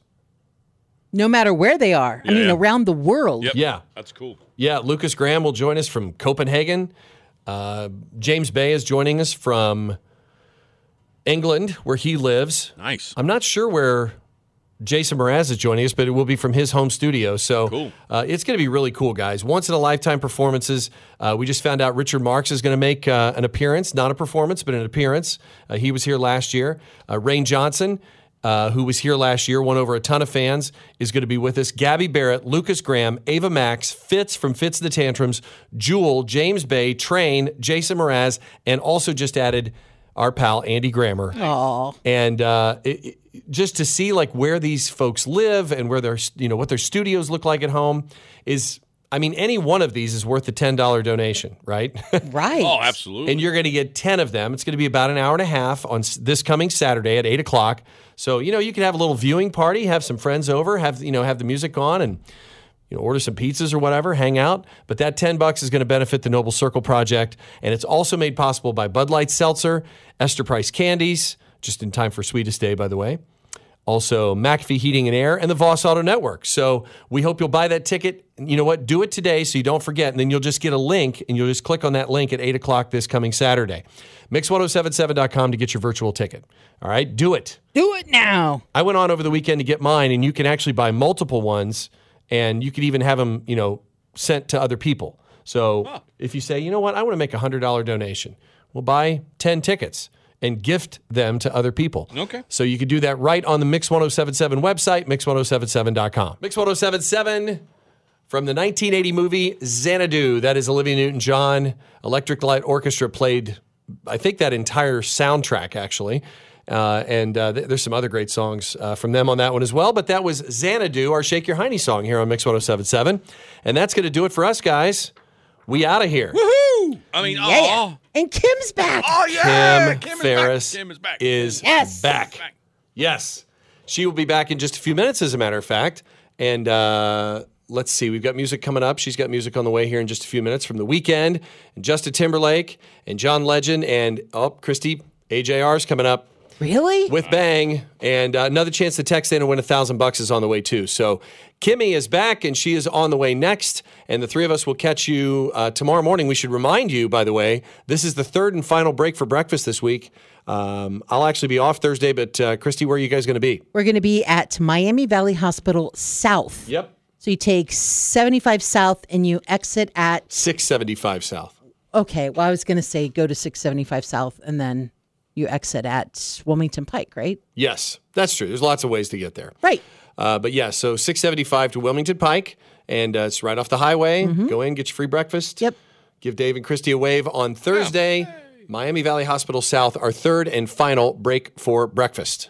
B: No matter where they are. I
F: Yeah,
B: mean,
F: yeah.
B: around the world.
F: Yeah. That's cool. Yeah. Lucas Graham will join us from Copenhagen. Uh, James Bay is joining us from England, where he lives. Nice. I'm not sure where Jason Mraz is joining us, but it will be from his home studio. So uh, it's going to be really cool, guys. Once in a lifetime performances. Uh, we just found out Richard Marks is going to make uh, an appearance, not a performance, but an appearance. Uh, he was here last year. Uh, Rain Johnson. Uh, who was here last year, won over a ton of fans, is going to be with us. Gabby Barrett, Lucas Graham, Ava Max, Fitz from Fitz the Tantrums, Jewel, James Bay, Train, Jason Mraz, and also just added our pal Andy Grammer.
B: Aw.
F: And uh, it, it- just to see like where these folks live and where their you know what their studios look like at home is. I mean, any one of these is worth a ten dollar donation, right?
B: Right.
G: Oh, absolutely.
F: And you're going to get ten of them. It's going to be about an hour and a half on s- this coming Saturday at eight o'clock. So you know you can have a little viewing party, have some friends over, have you know have the music on, and you know, order some pizzas or whatever, hang out. But that 10 bucks is going to benefit the Noble Circle Project. And it's also made possible by Bud Light Seltzer, Esther Price Candies, just in time for Sweetest Day, by the way. Also, McAfee Heating and Air and the Voss Auto Network. So we hope you'll buy that ticket. You know what? Do it today so you don't forget. And then you'll just get a link and you'll just click on that link at 8 o'clock this coming Saturday. Mix1077.com to get your virtual ticket. All right, do it.
B: Do it now.
F: I went on over the weekend to get mine, and you can actually buy multiple ones, and you could even have them, you know, sent to other people. So if you say, you know what, I want to make a hundred dollar donation, well, buy ten tickets and gift them to other people.
G: Okay.
F: So you could do that right on the Mix 1077 website, mix1077.com. Mix 1077 from the 1980 movie Xanadu. That is Olivia Newton John. Electric Light Orchestra played, I think, that entire soundtrack, actually. Uh, and uh, th- there's some other great songs uh, from them on that one as well. But that was Xanadu, our Shake Your Hiney song here on Mix 1077. And that's going to do it for us, guys. We out of here.
B: Woohoo!
G: I mean,
B: yeah. And Kim's back.
G: Oh,
F: Kim, Ferris is back.
B: Yes.
F: back. Yes. She will be back in just a few minutes, as a matter of fact. And uh, let's see, we've got music coming up. She's got music on the way here in just a few minutes from the weekend, and Justin Timberlake, and John Legend, and oh, Christy, AJR's coming up.
B: Really?
F: With Bang. And uh, another chance to text in and win a thousand bucks is on the way, too. So Kimmy is back and she is on the way next. And the three of us will catch you uh, tomorrow morning. We should remind you, by the way, this is the third and final break for breakfast this week. Um, I'll actually be off Thursday, but uh, Christy, where are you guys going to be?
B: We're going to be at Miami Valley Hospital South.
F: Yep.
B: So you take 75 South and you exit at
F: 675 South.
B: Okay. Well, I was going to say go to 675 South and then you exit at Wilmington Pike, right?
F: Yes, that's true. There's lots of ways to get there.
B: Right.
F: Uh, but yeah, so 675 to Wilmington Pike, and uh, it's right off the highway. Go in, get your free breakfast. Yep. Give Dave and Christy a wave on Thursday. Miami Valley Hospital South, our third and final break for breakfast.